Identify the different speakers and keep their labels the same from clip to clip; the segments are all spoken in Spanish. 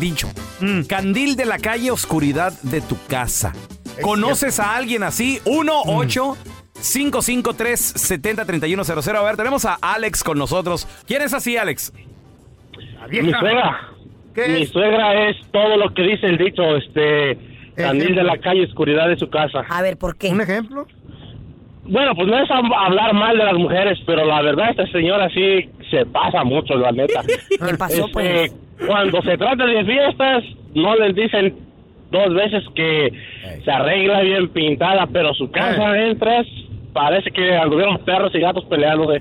Speaker 1: dicho.
Speaker 2: Mm.
Speaker 1: Candil de la calle, oscuridad de tu casa. ¿Conoces a alguien así? 1
Speaker 2: Mm.
Speaker 1: 8 553 703100 A ver, tenemos a Alex con nosotros. ¿Quién es así, Alex?
Speaker 3: Mi suegra. Mi suegra es todo lo que dice el dicho, este, candil de la calle, oscuridad de su casa.
Speaker 2: A ver, ¿por qué?
Speaker 4: ¿Un ejemplo?
Speaker 3: Bueno, pues no es a- hablar mal de las mujeres, pero la verdad esta señora sí se pasa mucho, la neta.
Speaker 2: ¿Qué pasó,
Speaker 3: Este,
Speaker 2: pues?
Speaker 3: Cuando se trata de fiestas, no les dicen dos veces que se arregla bien pintada, pero su casa entras, parece que anduvieron perros y gatos peleándose.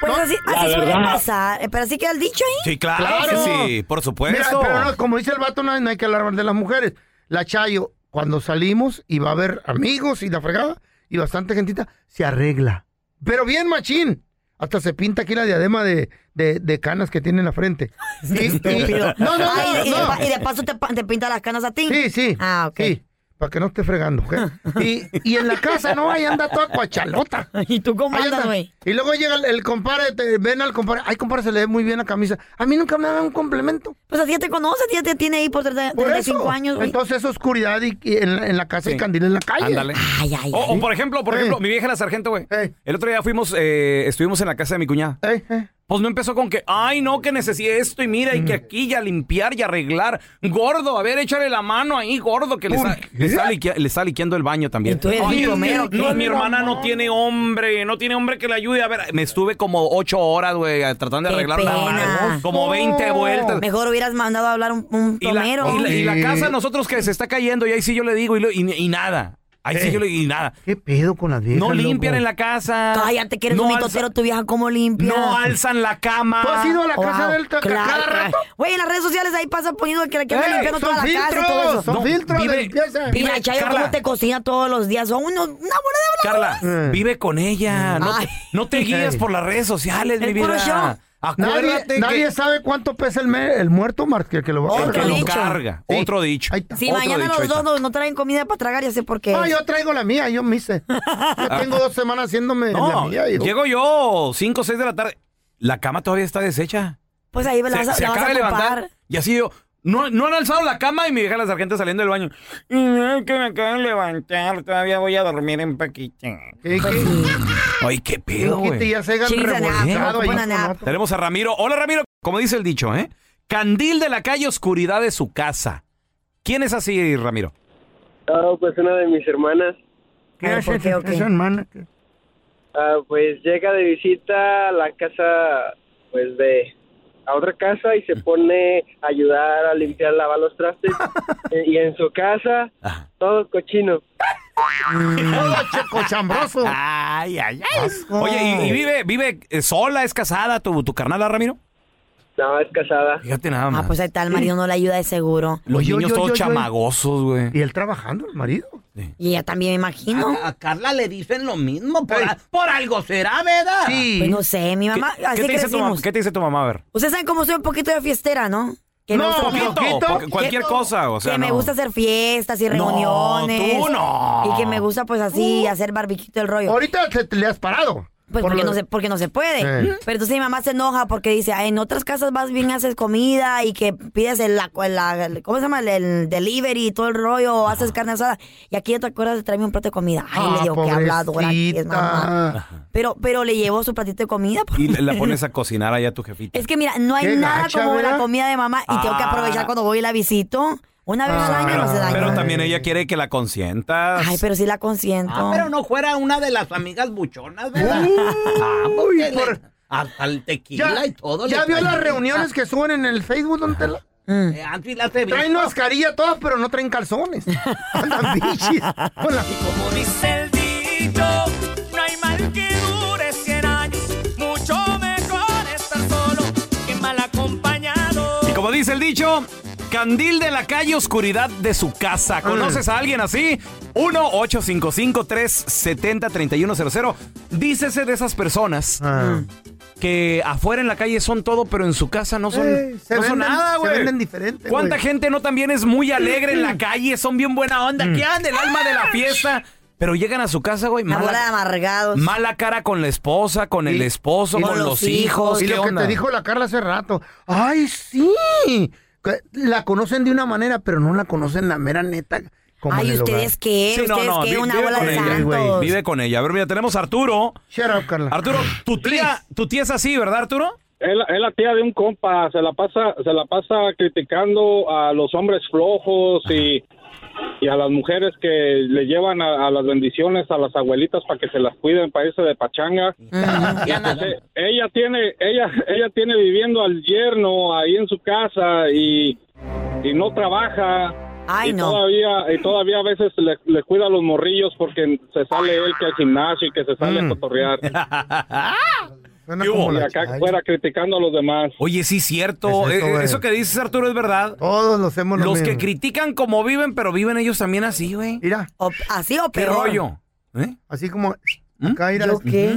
Speaker 2: Pues así,
Speaker 3: la
Speaker 2: así suele
Speaker 3: verdad.
Speaker 2: pasar. Eh, Pero así queda el dicho ahí.
Speaker 1: Sí, claro,
Speaker 4: Claro.
Speaker 1: que sí, por supuesto.
Speaker 4: Mira, pero no, como dice el vato, no, no hay que hablar de las mujeres. La Chayo, cuando salimos y va a haber amigos y la fregada y bastante gentita, se arregla. Pero bien, machín. Hasta se pinta aquí la diadema de, de- de canas que tiene en la frente. Y- y-
Speaker 2: Estúpido.
Speaker 4: no, no, no,
Speaker 2: Ay, y, de
Speaker 4: no.
Speaker 2: pa- y de paso te, pa- te pinta las canas a ti.
Speaker 4: Sí, sí.
Speaker 2: Ah, ok.
Speaker 4: Sí, para que no esté fregando. ¿ok? Y, y en la casa, no, ahí anda toda cuachalota.
Speaker 2: ¿Y tú cómo
Speaker 4: Ahí
Speaker 2: andas,
Speaker 4: anda.
Speaker 2: güey?
Speaker 4: Y luego llega el, el compadre, te- ven al compadre. Ay, compadre, se le ve muy bien la camisa. A mí nunca me dan un complemento.
Speaker 2: Pues así ya te conoce, ya te tiene ahí por 30
Speaker 4: Por
Speaker 2: 35
Speaker 4: eso.
Speaker 2: años, güey.
Speaker 4: Entonces es oscuridad y, y en, en la casa
Speaker 1: Sí.
Speaker 4: y candil en la calle.
Speaker 1: Ándale.
Speaker 2: Ay, ay,
Speaker 1: O, o
Speaker 2: ay.
Speaker 1: por ejemplo, por ejemplo,
Speaker 4: Eh.
Speaker 1: mi vieja la sargento, güey.
Speaker 4: Eh.
Speaker 1: El otro día fuimos, eh, estuvimos en la casa de mi cuñada.
Speaker 4: Eh, eh.
Speaker 1: Pues no empezó con que, ay, no, que necesite esto y mira, y que
Speaker 2: Mm.
Speaker 1: aquí ya limpiar y arreglar. Gordo, a ver, échale la mano ahí, gordo, que le
Speaker 4: ¿Por
Speaker 1: está,
Speaker 4: qué?
Speaker 1: le está liquea- le está liqueando el baño también.
Speaker 2: Entonces,
Speaker 1: Ay,
Speaker 2: mi
Speaker 1: es
Speaker 2: Romero,
Speaker 1: que-
Speaker 2: ¿qué?
Speaker 1: no, mi hermana no tiene hombre, no tiene hombre que le ayude. A ver, me estuve como ocho horas, güey, tratando de
Speaker 2: Qué
Speaker 1: arreglar una
Speaker 2: pena.
Speaker 1: mano, como 20 vueltas.
Speaker 2: Oh. Mejor hubieras mandado a hablar un, un
Speaker 1: Y la,
Speaker 2: plomero.
Speaker 1: y la- y la
Speaker 4: Hombre.
Speaker 1: casa, nosotros que se está cayendo, y ahí sí yo le digo, y, lo- y- y nada. Ahí sí yo le digo, y nada.
Speaker 4: Eh. ¿Qué pedo con las viejas?
Speaker 1: No limpian
Speaker 4: loco?
Speaker 1: en la casa.
Speaker 2: Cállate, que eres un
Speaker 1: alza-
Speaker 2: mitotero, tu vieja, ¿cómo limpia?
Speaker 1: No alzan la cama.
Speaker 4: ¿Tú has ido a la casa
Speaker 2: Wow,
Speaker 4: del taca cada
Speaker 2: claro.
Speaker 4: rato?
Speaker 2: Güey, en las redes sociales ahí pasa poniendo que la que anda
Speaker 4: Ey,
Speaker 2: limpiando toda la casa
Speaker 4: son
Speaker 2: y todo
Speaker 4: filtros,
Speaker 2: eso.
Speaker 4: son
Speaker 1: No,
Speaker 4: filtros
Speaker 1: vive-
Speaker 4: de limpieza.
Speaker 1: vive-
Speaker 2: Y la Chayo,
Speaker 1: Carla.
Speaker 2: ¿cómo te cocina todos los días? Son unos- una bola de
Speaker 1: Carla,
Speaker 4: Eh.
Speaker 1: vive con ella. No,
Speaker 2: Ah. Mm. Ay.
Speaker 1: no te guías por las redes sociales, mi
Speaker 2: El puro show.
Speaker 1: vida.
Speaker 4: Nadie,
Speaker 1: Acuérdate
Speaker 4: nadie
Speaker 1: que
Speaker 4: sabe cuánto pesa el, me- el muerto más que el que lo va a
Speaker 1: el que
Speaker 2: Otro
Speaker 1: lo
Speaker 2: dicho.
Speaker 1: carga.
Speaker 4: Sí.
Speaker 1: Otro dicho.
Speaker 4: Ahí está.
Speaker 2: Si
Speaker 1: Otro
Speaker 2: mañana
Speaker 1: dicho, ahí
Speaker 2: los dos
Speaker 1: está.
Speaker 2: no, no traen comida para tragar, ya sé por qué.
Speaker 4: Ah, yo traigo la mía, yo me hice. Yo tengo dos semanas haciéndome la
Speaker 1: No,
Speaker 4: mía. hijo.
Speaker 1: llego yo, 5 o 6 de la tarde. La cama todavía está deshecha.
Speaker 2: Pues ahí la
Speaker 1: Se,
Speaker 2: vas, a-
Speaker 1: se
Speaker 2: la vas
Speaker 1: acaba
Speaker 2: a
Speaker 1: de levantar.
Speaker 2: ocupar.
Speaker 1: Y así yo. No, no han alzado la cama y mi vieja la sargento saliendo del baño. "Ay, que me acaban de levantar, todavía voy a dormir en Paquita.
Speaker 4: ¿Qué, qué?
Speaker 1: Ay, qué pedo,
Speaker 4: Qué quite,
Speaker 1: güey.
Speaker 4: ya se hagan
Speaker 2: Chis,
Speaker 4: revolcado
Speaker 2: anapo,
Speaker 4: ahí
Speaker 2: pon
Speaker 4: con
Speaker 2: anapo.
Speaker 4: otro.
Speaker 1: Tenemos a Ramiro. Hola, Ramiro. Como dice el dicho, ¿eh? Candil de la calle, oscuridad de su casa. ¿Quién es así, Ramiro?
Speaker 5: Ah, pues una de mis hermanas,
Speaker 4: ¿Qué
Speaker 2: A ver,
Speaker 4: hace
Speaker 2: ¿por qué o
Speaker 4: esa-
Speaker 2: qué?
Speaker 4: esa hermana?
Speaker 5: ah, pues llega de visita a la casa, pues de a otra casa y se pone a ayudar a limpiar, lavar los trastes Eh, y en su casa
Speaker 1: Ajá.
Speaker 5: todo cochino.
Speaker 4: Todo checochambroso.
Speaker 1: Ay, ay,
Speaker 4: Asco.
Speaker 1: Oye, ¿y, y vive, vive eh, sola? ¿Es casada tu, tu carnala, Ramiro?
Speaker 5: No, es casada.
Speaker 1: Fíjate nada más.
Speaker 2: Ah, pues ahí está, el marido no le ayuda de seguro.
Speaker 1: Los
Speaker 4: Oye,
Speaker 1: niños
Speaker 4: oye,
Speaker 1: todos
Speaker 4: oye, oye.
Speaker 1: chamagosos, güey.
Speaker 4: ¿Y él trabajando, el marido?
Speaker 2: Y ella también, me imagino.
Speaker 6: A, a Carla le dicen lo mismo, por,
Speaker 4: Ey.
Speaker 6: a- por algo será, ¿verdad?
Speaker 4: Sí.
Speaker 2: Pues no sé, mi
Speaker 1: ¿Qué,
Speaker 2: mamá,
Speaker 1: qué
Speaker 2: así
Speaker 1: te dice tu mamá?
Speaker 2: crecimos.
Speaker 1: ¿Qué te dice tu mamá? A ver.
Speaker 2: Ustedes saben cómo soy un poquito de fiestera, ¿no? Que me
Speaker 4: No,
Speaker 2: gusta-
Speaker 4: poquito,
Speaker 1: Poquito, porque
Speaker 4: ¿Qué?
Speaker 1: cualquier cosa, o sea.
Speaker 2: que me
Speaker 1: no.
Speaker 2: gusta hacer fiestas y
Speaker 1: No,
Speaker 2: reuniones.
Speaker 1: tú no.
Speaker 2: Y que me gusta, pues así, hacer barbiquito el rollo.
Speaker 4: Uh. Ahorita te, te le has parado.
Speaker 2: Pues
Speaker 4: Por
Speaker 2: porque,
Speaker 4: lo-
Speaker 2: no se, porque no se puede.
Speaker 4: Eh.
Speaker 2: Pero entonces mi mamá se enoja porque dice, "Ay, en otras casas vas bien, haces comida y que pides el, la, la- el- ¿cómo se llama? El, el delivery y todo el rollo, o haces carne asada. Y aquí ya te acuerdas de traerme un plato de comida. Ay,
Speaker 4: Ah,
Speaker 2: le digo, que habladora que es mamá.
Speaker 4: pobrecita.
Speaker 2: Pero, pero le llevo su platito de comida.
Speaker 1: Y le- la pones a cocinar allá a tu jefita.
Speaker 2: Es que mira, no hay
Speaker 4: Qué
Speaker 2: nada
Speaker 4: gacha,
Speaker 2: como la
Speaker 4: ¿verdad?
Speaker 2: comida de mamá y tengo que
Speaker 1: Ah.
Speaker 2: aprovechar cuando voy y la visito. Una vez
Speaker 4: Ah,
Speaker 2: al año
Speaker 1: pero,
Speaker 2: no se daña.
Speaker 1: Ah, pero también ella quiere que la consientas.
Speaker 2: Ay, pero sí la consiento.
Speaker 6: Ah, pero no fuera una de las amigas buchonas, ¿verdad? Ah,
Speaker 4: Uy,
Speaker 6: porque le-
Speaker 4: por-
Speaker 6: hasta el tequila
Speaker 4: Ya,
Speaker 6: y todo.
Speaker 4: ya
Speaker 6: le
Speaker 4: vio
Speaker 6: traen.
Speaker 4: las reuniones que suben en el Facebook, don Tela?
Speaker 2: Mm.
Speaker 6: Eh, antes las he visto.
Speaker 4: Traen mascarilla todas, pero no traen calzones. Andan bichis. Con la-
Speaker 7: Como dice el dicho, no hay mal que dure 100 años. Mucho mejor estar solo que mal acompañado.
Speaker 1: Y como dice el dicho, candil de la calle, oscuridad de su casa. ¿Conoces a alguien así? 1-855-370-3100. Dícese de esas personas
Speaker 4: Ah.
Speaker 1: que afuera en la calle son todo, pero en su casa no son,
Speaker 4: Ey, se
Speaker 1: no
Speaker 4: venden-
Speaker 1: son nada,
Speaker 4: se
Speaker 1: güey.
Speaker 4: venden diferente,
Speaker 1: ¿Cuánta
Speaker 4: güey? Mm.
Speaker 1: gente no también es muy alegre en la calle? Son bien buena onda, que andan el alma de la fiesta. Pero llegan a su casa, güey,
Speaker 2: La bola de
Speaker 1: mala,
Speaker 2: amargados.
Speaker 1: mala cara con la esposa, con el esposo,
Speaker 2: y
Speaker 1: con
Speaker 2: los
Speaker 1: los hijos.
Speaker 4: Y
Speaker 1: ¿qué
Speaker 4: lo que
Speaker 1: onda?
Speaker 4: te dijo la Carla hace rato. ¡Ay, sí! Que La conocen de una manera, pero no la conocen la mera neta. Como en
Speaker 2: Ay,
Speaker 4: el
Speaker 2: ¿ustedes
Speaker 4: hogar.
Speaker 2: qué?
Speaker 1: Sí, no,
Speaker 2: ¿Ustedes
Speaker 1: no,
Speaker 2: qué?
Speaker 1: vi-
Speaker 2: Una
Speaker 1: vive
Speaker 2: bola
Speaker 1: con
Speaker 2: de
Speaker 1: ella,
Speaker 4: güey.
Speaker 2: santos.
Speaker 1: Vive con ella. A ver, mira, tenemos a Arturo.
Speaker 4: Shut up, Carla.
Speaker 1: Arturo, tu tía, tu tía es así, ¿verdad, Arturo?
Speaker 8: Es la, es la tía de un compa, se la pasa, se la pasa criticando a los hombres flojos y, y a las mujeres que le llevan a, a las bendiciones a las abuelitas para que se las cuiden para irse de pachanga.
Speaker 2: Mm,
Speaker 8: Y pues, eh, ella tiene, ella, ella tiene viviendo al yerno ahí en su casa y, y no trabaja.
Speaker 2: Ay,
Speaker 8: y
Speaker 2: no.
Speaker 8: todavía, y todavía a veces le, le cuida a los morrillos porque se sale él que al gimnasio y que se
Speaker 1: Mm.
Speaker 8: sale a cotorrear.
Speaker 4: Suena
Speaker 1: ¿Qué hubo?
Speaker 4: como
Speaker 8: Y
Speaker 4: la
Speaker 8: acá
Speaker 4: Chayo.
Speaker 8: fuera criticando a los demás.
Speaker 1: Oye, sí, cierto.
Speaker 4: Es eso,
Speaker 1: Eh, eh,
Speaker 4: güey.
Speaker 1: eso que dices, Arturo, es verdad.
Speaker 4: Todos los hacemos lo
Speaker 1: Los que
Speaker 4: mismo.
Speaker 1: critican como viven, pero viven ellos también así, güey.
Speaker 4: Mira,
Speaker 2: O- así o
Speaker 1: ¿Qué
Speaker 2: peor.
Speaker 1: rollo? ¿Eh?
Speaker 4: así como...
Speaker 1: ¿Mm?
Speaker 4: Acá, mira,
Speaker 2: ¿Yo qué?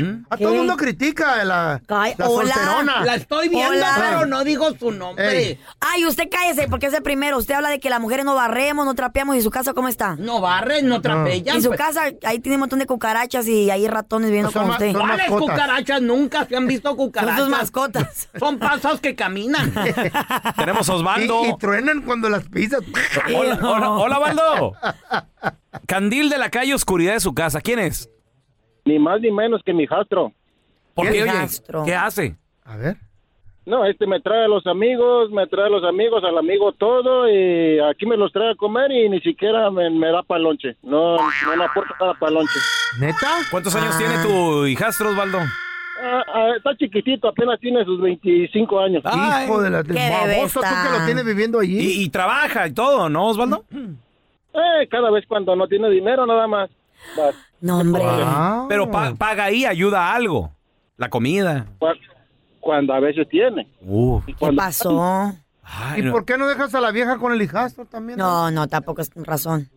Speaker 1: ¿Mm?
Speaker 4: A todo
Speaker 2: ¿Qué?
Speaker 4: el mundo critica a la,
Speaker 2: Ay,
Speaker 4: la
Speaker 2: hola.
Speaker 4: solterona.
Speaker 6: La estoy viendo,
Speaker 2: Hola.
Speaker 6: pero no digo su nombre.
Speaker 4: Ey.
Speaker 2: Ay, usted cállese, porque es el primero. Usted habla de que las mujeres no barremos, no trapeamos. ¿Y su casa cómo está?
Speaker 6: No barren, no trapellan.
Speaker 2: En su
Speaker 6: pues.
Speaker 2: casa, ahí tiene un montón de cucarachas y ahí ratones viviendo
Speaker 4: Pues Son
Speaker 2: con
Speaker 4: más-
Speaker 2: usted.
Speaker 4: son-
Speaker 6: ¿Cuáles
Speaker 4: mascotas.
Speaker 6: cucarachas? Nunca se han visto
Speaker 2: Son
Speaker 6: cucarachas.
Speaker 2: sus mascotas.
Speaker 6: Son pasos que caminan.
Speaker 1: Tenemos a Osvaldo.
Speaker 4: Y, y truenan cuando las pisas.
Speaker 1: Hola, hola, hola, Osvaldo. Candil de la calle, oscuridad de su casa. ¿Quién es?
Speaker 8: Ni más ni menos que mi jastro.
Speaker 1: ¿Por qué,
Speaker 2: El
Speaker 1: oye?
Speaker 2: Castro.
Speaker 1: ¿Qué hace?
Speaker 4: A ver.
Speaker 8: No, este me trae a los amigos, me trae a los amigos, al amigo todo, y aquí me los trae a comer y ni siquiera me, me da palonche. No, no me aporta nada palonche.
Speaker 4: ¿Neta?
Speaker 1: ¿Cuántos
Speaker 2: Ah.
Speaker 1: años tiene tu hijastro, Osvaldo?
Speaker 8: Ah, ah, está chiquitito, apenas tiene sus 25 años.
Speaker 1: Ay.
Speaker 4: Hijo de la...
Speaker 2: Qué bebé
Speaker 4: Baboso, tú que
Speaker 2: está.
Speaker 4: lo tienes viviendo allí.
Speaker 1: Y, y trabaja y todo, ¿no, Osvaldo?
Speaker 8: Eh, cada vez cuando no tiene dinero, nada más. Va,
Speaker 2: No, hombre.
Speaker 4: Ah.
Speaker 1: Pero pa- paga ahí, ayuda a algo. La comida.
Speaker 8: va, cuando a veces tiene.
Speaker 1: Uf.
Speaker 8: Y
Speaker 2: ¿Qué
Speaker 8: cuando-
Speaker 2: pasó?
Speaker 1: Ay,
Speaker 4: ¿Y
Speaker 1: no.
Speaker 4: por qué no dejas a la vieja con el hijastro también?
Speaker 2: No, no, tampoco es razón.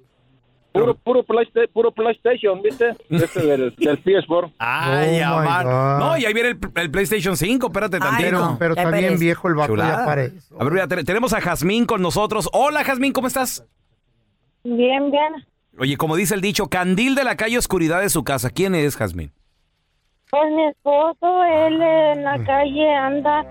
Speaker 8: Puro, puro, playsta- puro PlayStation, ¿viste? Este del, del PS4.
Speaker 1: Ay,
Speaker 4: Oh, my
Speaker 1: amar.
Speaker 4: God.
Speaker 1: No, y ahí viene el, el PlayStation 5, espérate
Speaker 2: Ay,
Speaker 1: tantito.
Speaker 4: Pero,
Speaker 2: no.
Speaker 4: pero
Speaker 2: Qué
Speaker 4: está bien
Speaker 2: pereza.
Speaker 4: viejo el vato
Speaker 1: Chulada.
Speaker 4: ya para eso.
Speaker 1: A ver, mira, te- tenemos a Jazmín con nosotros. Hola, Jazmín, ¿cómo estás?
Speaker 9: Bien, bien.
Speaker 1: Oye, como dice el dicho, candil de la calle, oscuridad de su casa. ¿Quién es, Jazmín?
Speaker 9: Pues mi esposo, él eh, en la calle anda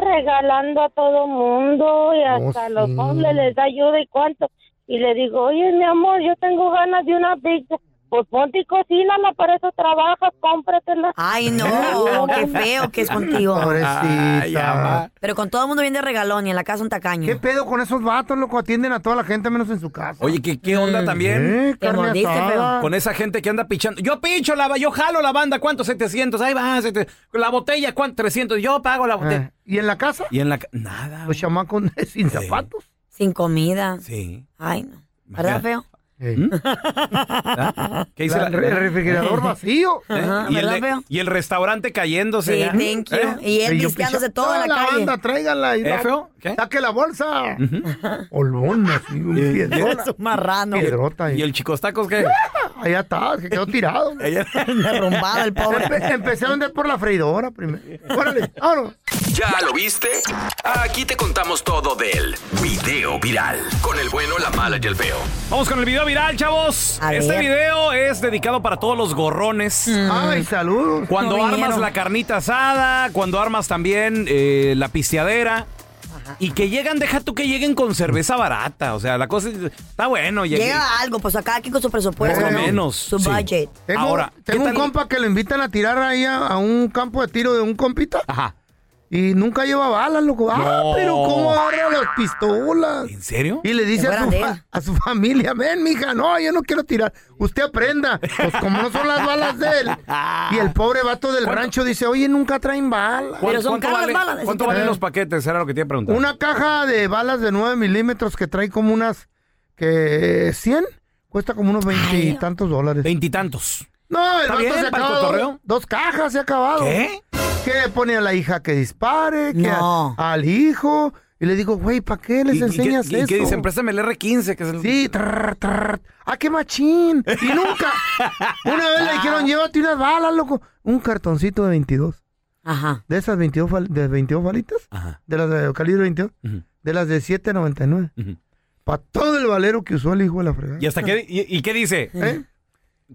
Speaker 9: regalando a todo mundo y
Speaker 1: Oh,
Speaker 9: hasta a los
Speaker 4: sí.
Speaker 9: hombres les da ayuda y cuánto. Y le digo, oye, mi amor, yo tengo ganas de una pizza. Pues ponte y cocínala, para eso trabajas, cómpratela.
Speaker 2: Ay, no, qué feo que es contigo.
Speaker 4: Pobrecita.
Speaker 1: Ay, ama.
Speaker 2: Pero con todo el mundo viene de regalón y en la casa un tacaño.
Speaker 4: ¿Qué pedo con esos vatos, loco? Atienden a toda la gente menos en su casa.
Speaker 1: Oye, ¿qué, qué onda también?
Speaker 4: ¿Eh?
Speaker 2: Te
Speaker 4: Carne
Speaker 2: mordiste,
Speaker 4: asada.
Speaker 1: Con esa gente que anda pichando. Yo picho la ba- yo jalo la banda, ¿cuánto? 700, ahí va, 700. la botella, ¿cuánto? 300, yo pago la botella.
Speaker 4: Eh, ¿Y en la casa?
Speaker 1: Y en la... ca- Nada.
Speaker 4: Los
Speaker 1: güey.
Speaker 4: chamacos sin zapatos.
Speaker 2: Sin comida.
Speaker 1: Sí.
Speaker 2: Ay, no.
Speaker 1: Imagina-
Speaker 2: ¿Verdad, feo?
Speaker 4: Eh.
Speaker 1: ¿Mm? ¿Ah? ¿Qué dice
Speaker 4: La-
Speaker 1: la,
Speaker 4: re- el refrigerador vacío.
Speaker 1: ¿Eh?
Speaker 2: Ajá,
Speaker 1: y, el
Speaker 2: ¿verdad,
Speaker 1: de-
Speaker 2: feo?
Speaker 1: y el restaurante cayéndose.
Speaker 2: Sí,
Speaker 1: ya.
Speaker 2: thank you.
Speaker 1: ¿Eh?
Speaker 2: Y él
Speaker 4: Y yo
Speaker 2: visteándose
Speaker 4: pichando,
Speaker 2: todo en la,
Speaker 4: "Toda
Speaker 2: calle.
Speaker 4: banda, tráiganla. Y
Speaker 1: ¿Eh,
Speaker 4: la-
Speaker 1: feo? ¿Qué? Eh,
Speaker 4: Saque la bolsa. Olvón, así, un piedrota.
Speaker 2: Es un marrano.
Speaker 4: Piedrota.
Speaker 1: ¿Y
Speaker 4: Y
Speaker 1: el chicos tacos qué?
Speaker 4: Allá está, que quedó tirado.
Speaker 2: Derrumbado el pobre.
Speaker 4: Empe- empecé a vender por la freidora primero. Órale, vámonos.
Speaker 10: ¿Ya lo viste? Aquí te contamos todo del video viral. Con el bueno, la mala y el feo.
Speaker 1: Vamos con el video viral, chavos.
Speaker 2: A
Speaker 1: este
Speaker 2: ver.
Speaker 1: video es dedicado para todos los gorrones.
Speaker 4: Mm. Ay, saludos.
Speaker 1: Cuando
Speaker 2: No
Speaker 1: armas
Speaker 2: vinieron.
Speaker 1: la carnita asada, cuando armas también eh, la pisteadera. Y que llegan, deja tú que lleguen con cerveza barata. O sea, la cosa es- está bueno. llegué-
Speaker 2: Llega algo, pues acá aquí con su presupuesto.
Speaker 1: Por lo
Speaker 2: ¿no?
Speaker 1: menos,
Speaker 2: Su
Speaker 1: sí.
Speaker 2: budget.
Speaker 4: Tengo,
Speaker 1: Ahora, ¿qué
Speaker 4: tengo un
Speaker 1: tal-
Speaker 4: compa que lo invitan a tirar ahí a, a un campo de tiro de un compita
Speaker 1: Ajá.
Speaker 4: y nunca lleva balas, loco. Ah,
Speaker 1: No.
Speaker 4: pero ¿cómo agarra las pistolas?
Speaker 1: ¿En serio?
Speaker 4: Y le dice
Speaker 2: Que
Speaker 4: a su,
Speaker 2: fueran de
Speaker 4: fa-
Speaker 2: él.
Speaker 4: a su familia, ven, mija, no, yo no quiero tirar. Usted aprenda. Pues como no son las balas de él. Y el pobre vato del rancho dice, oye, nunca traen balas.
Speaker 1: ¿Cuán-
Speaker 2: Pero son
Speaker 1: ¿Cuánto,
Speaker 2: caras
Speaker 1: vale-
Speaker 2: las balas,
Speaker 1: cuánto
Speaker 2: ese
Speaker 1: valen
Speaker 4: tema.
Speaker 1: los paquetes? Era lo que te iba a preguntar.
Speaker 4: Una caja de balas de 9 milímetros que trae como unas, que 100, cuesta como unos 20 y
Speaker 2: Ay.
Speaker 4: tantos dólares.
Speaker 1: Veintitantos.
Speaker 4: No, el
Speaker 1: Está
Speaker 4: vato
Speaker 1: bien,
Speaker 4: se
Speaker 1: para el
Speaker 4: acaba dos-
Speaker 1: cotorreo.
Speaker 4: dos cajas, se ha acabado.
Speaker 1: ¿Qué?
Speaker 4: Que pone a la hija que dispare, que a-
Speaker 2: No.
Speaker 4: al hijo. Y le digo, güey, ¿para qué les
Speaker 1: ¿Y- y
Speaker 4: enseñas
Speaker 1: qué, y
Speaker 4: eso?
Speaker 1: qué dicen? Préstame el R15. Que es el...
Speaker 4: Sí, trrr, trrr. ¡Ah, qué machín! Y nunca. Una vez le dijeron, llévate unas balas, loco. Un cartoncito de 22.
Speaker 2: Ajá.
Speaker 4: De esas 22, fal- de 22 balitas.
Speaker 1: Ajá.
Speaker 4: De las de calibre 22.
Speaker 1: Ujú.
Speaker 4: De las de 7.99.
Speaker 1: Ujú.
Speaker 4: Para todo el valero que usó el hijo de la fregada.
Speaker 1: ¿Y hasta qué? ¿Y, y qué dice?
Speaker 4: ¿Eh?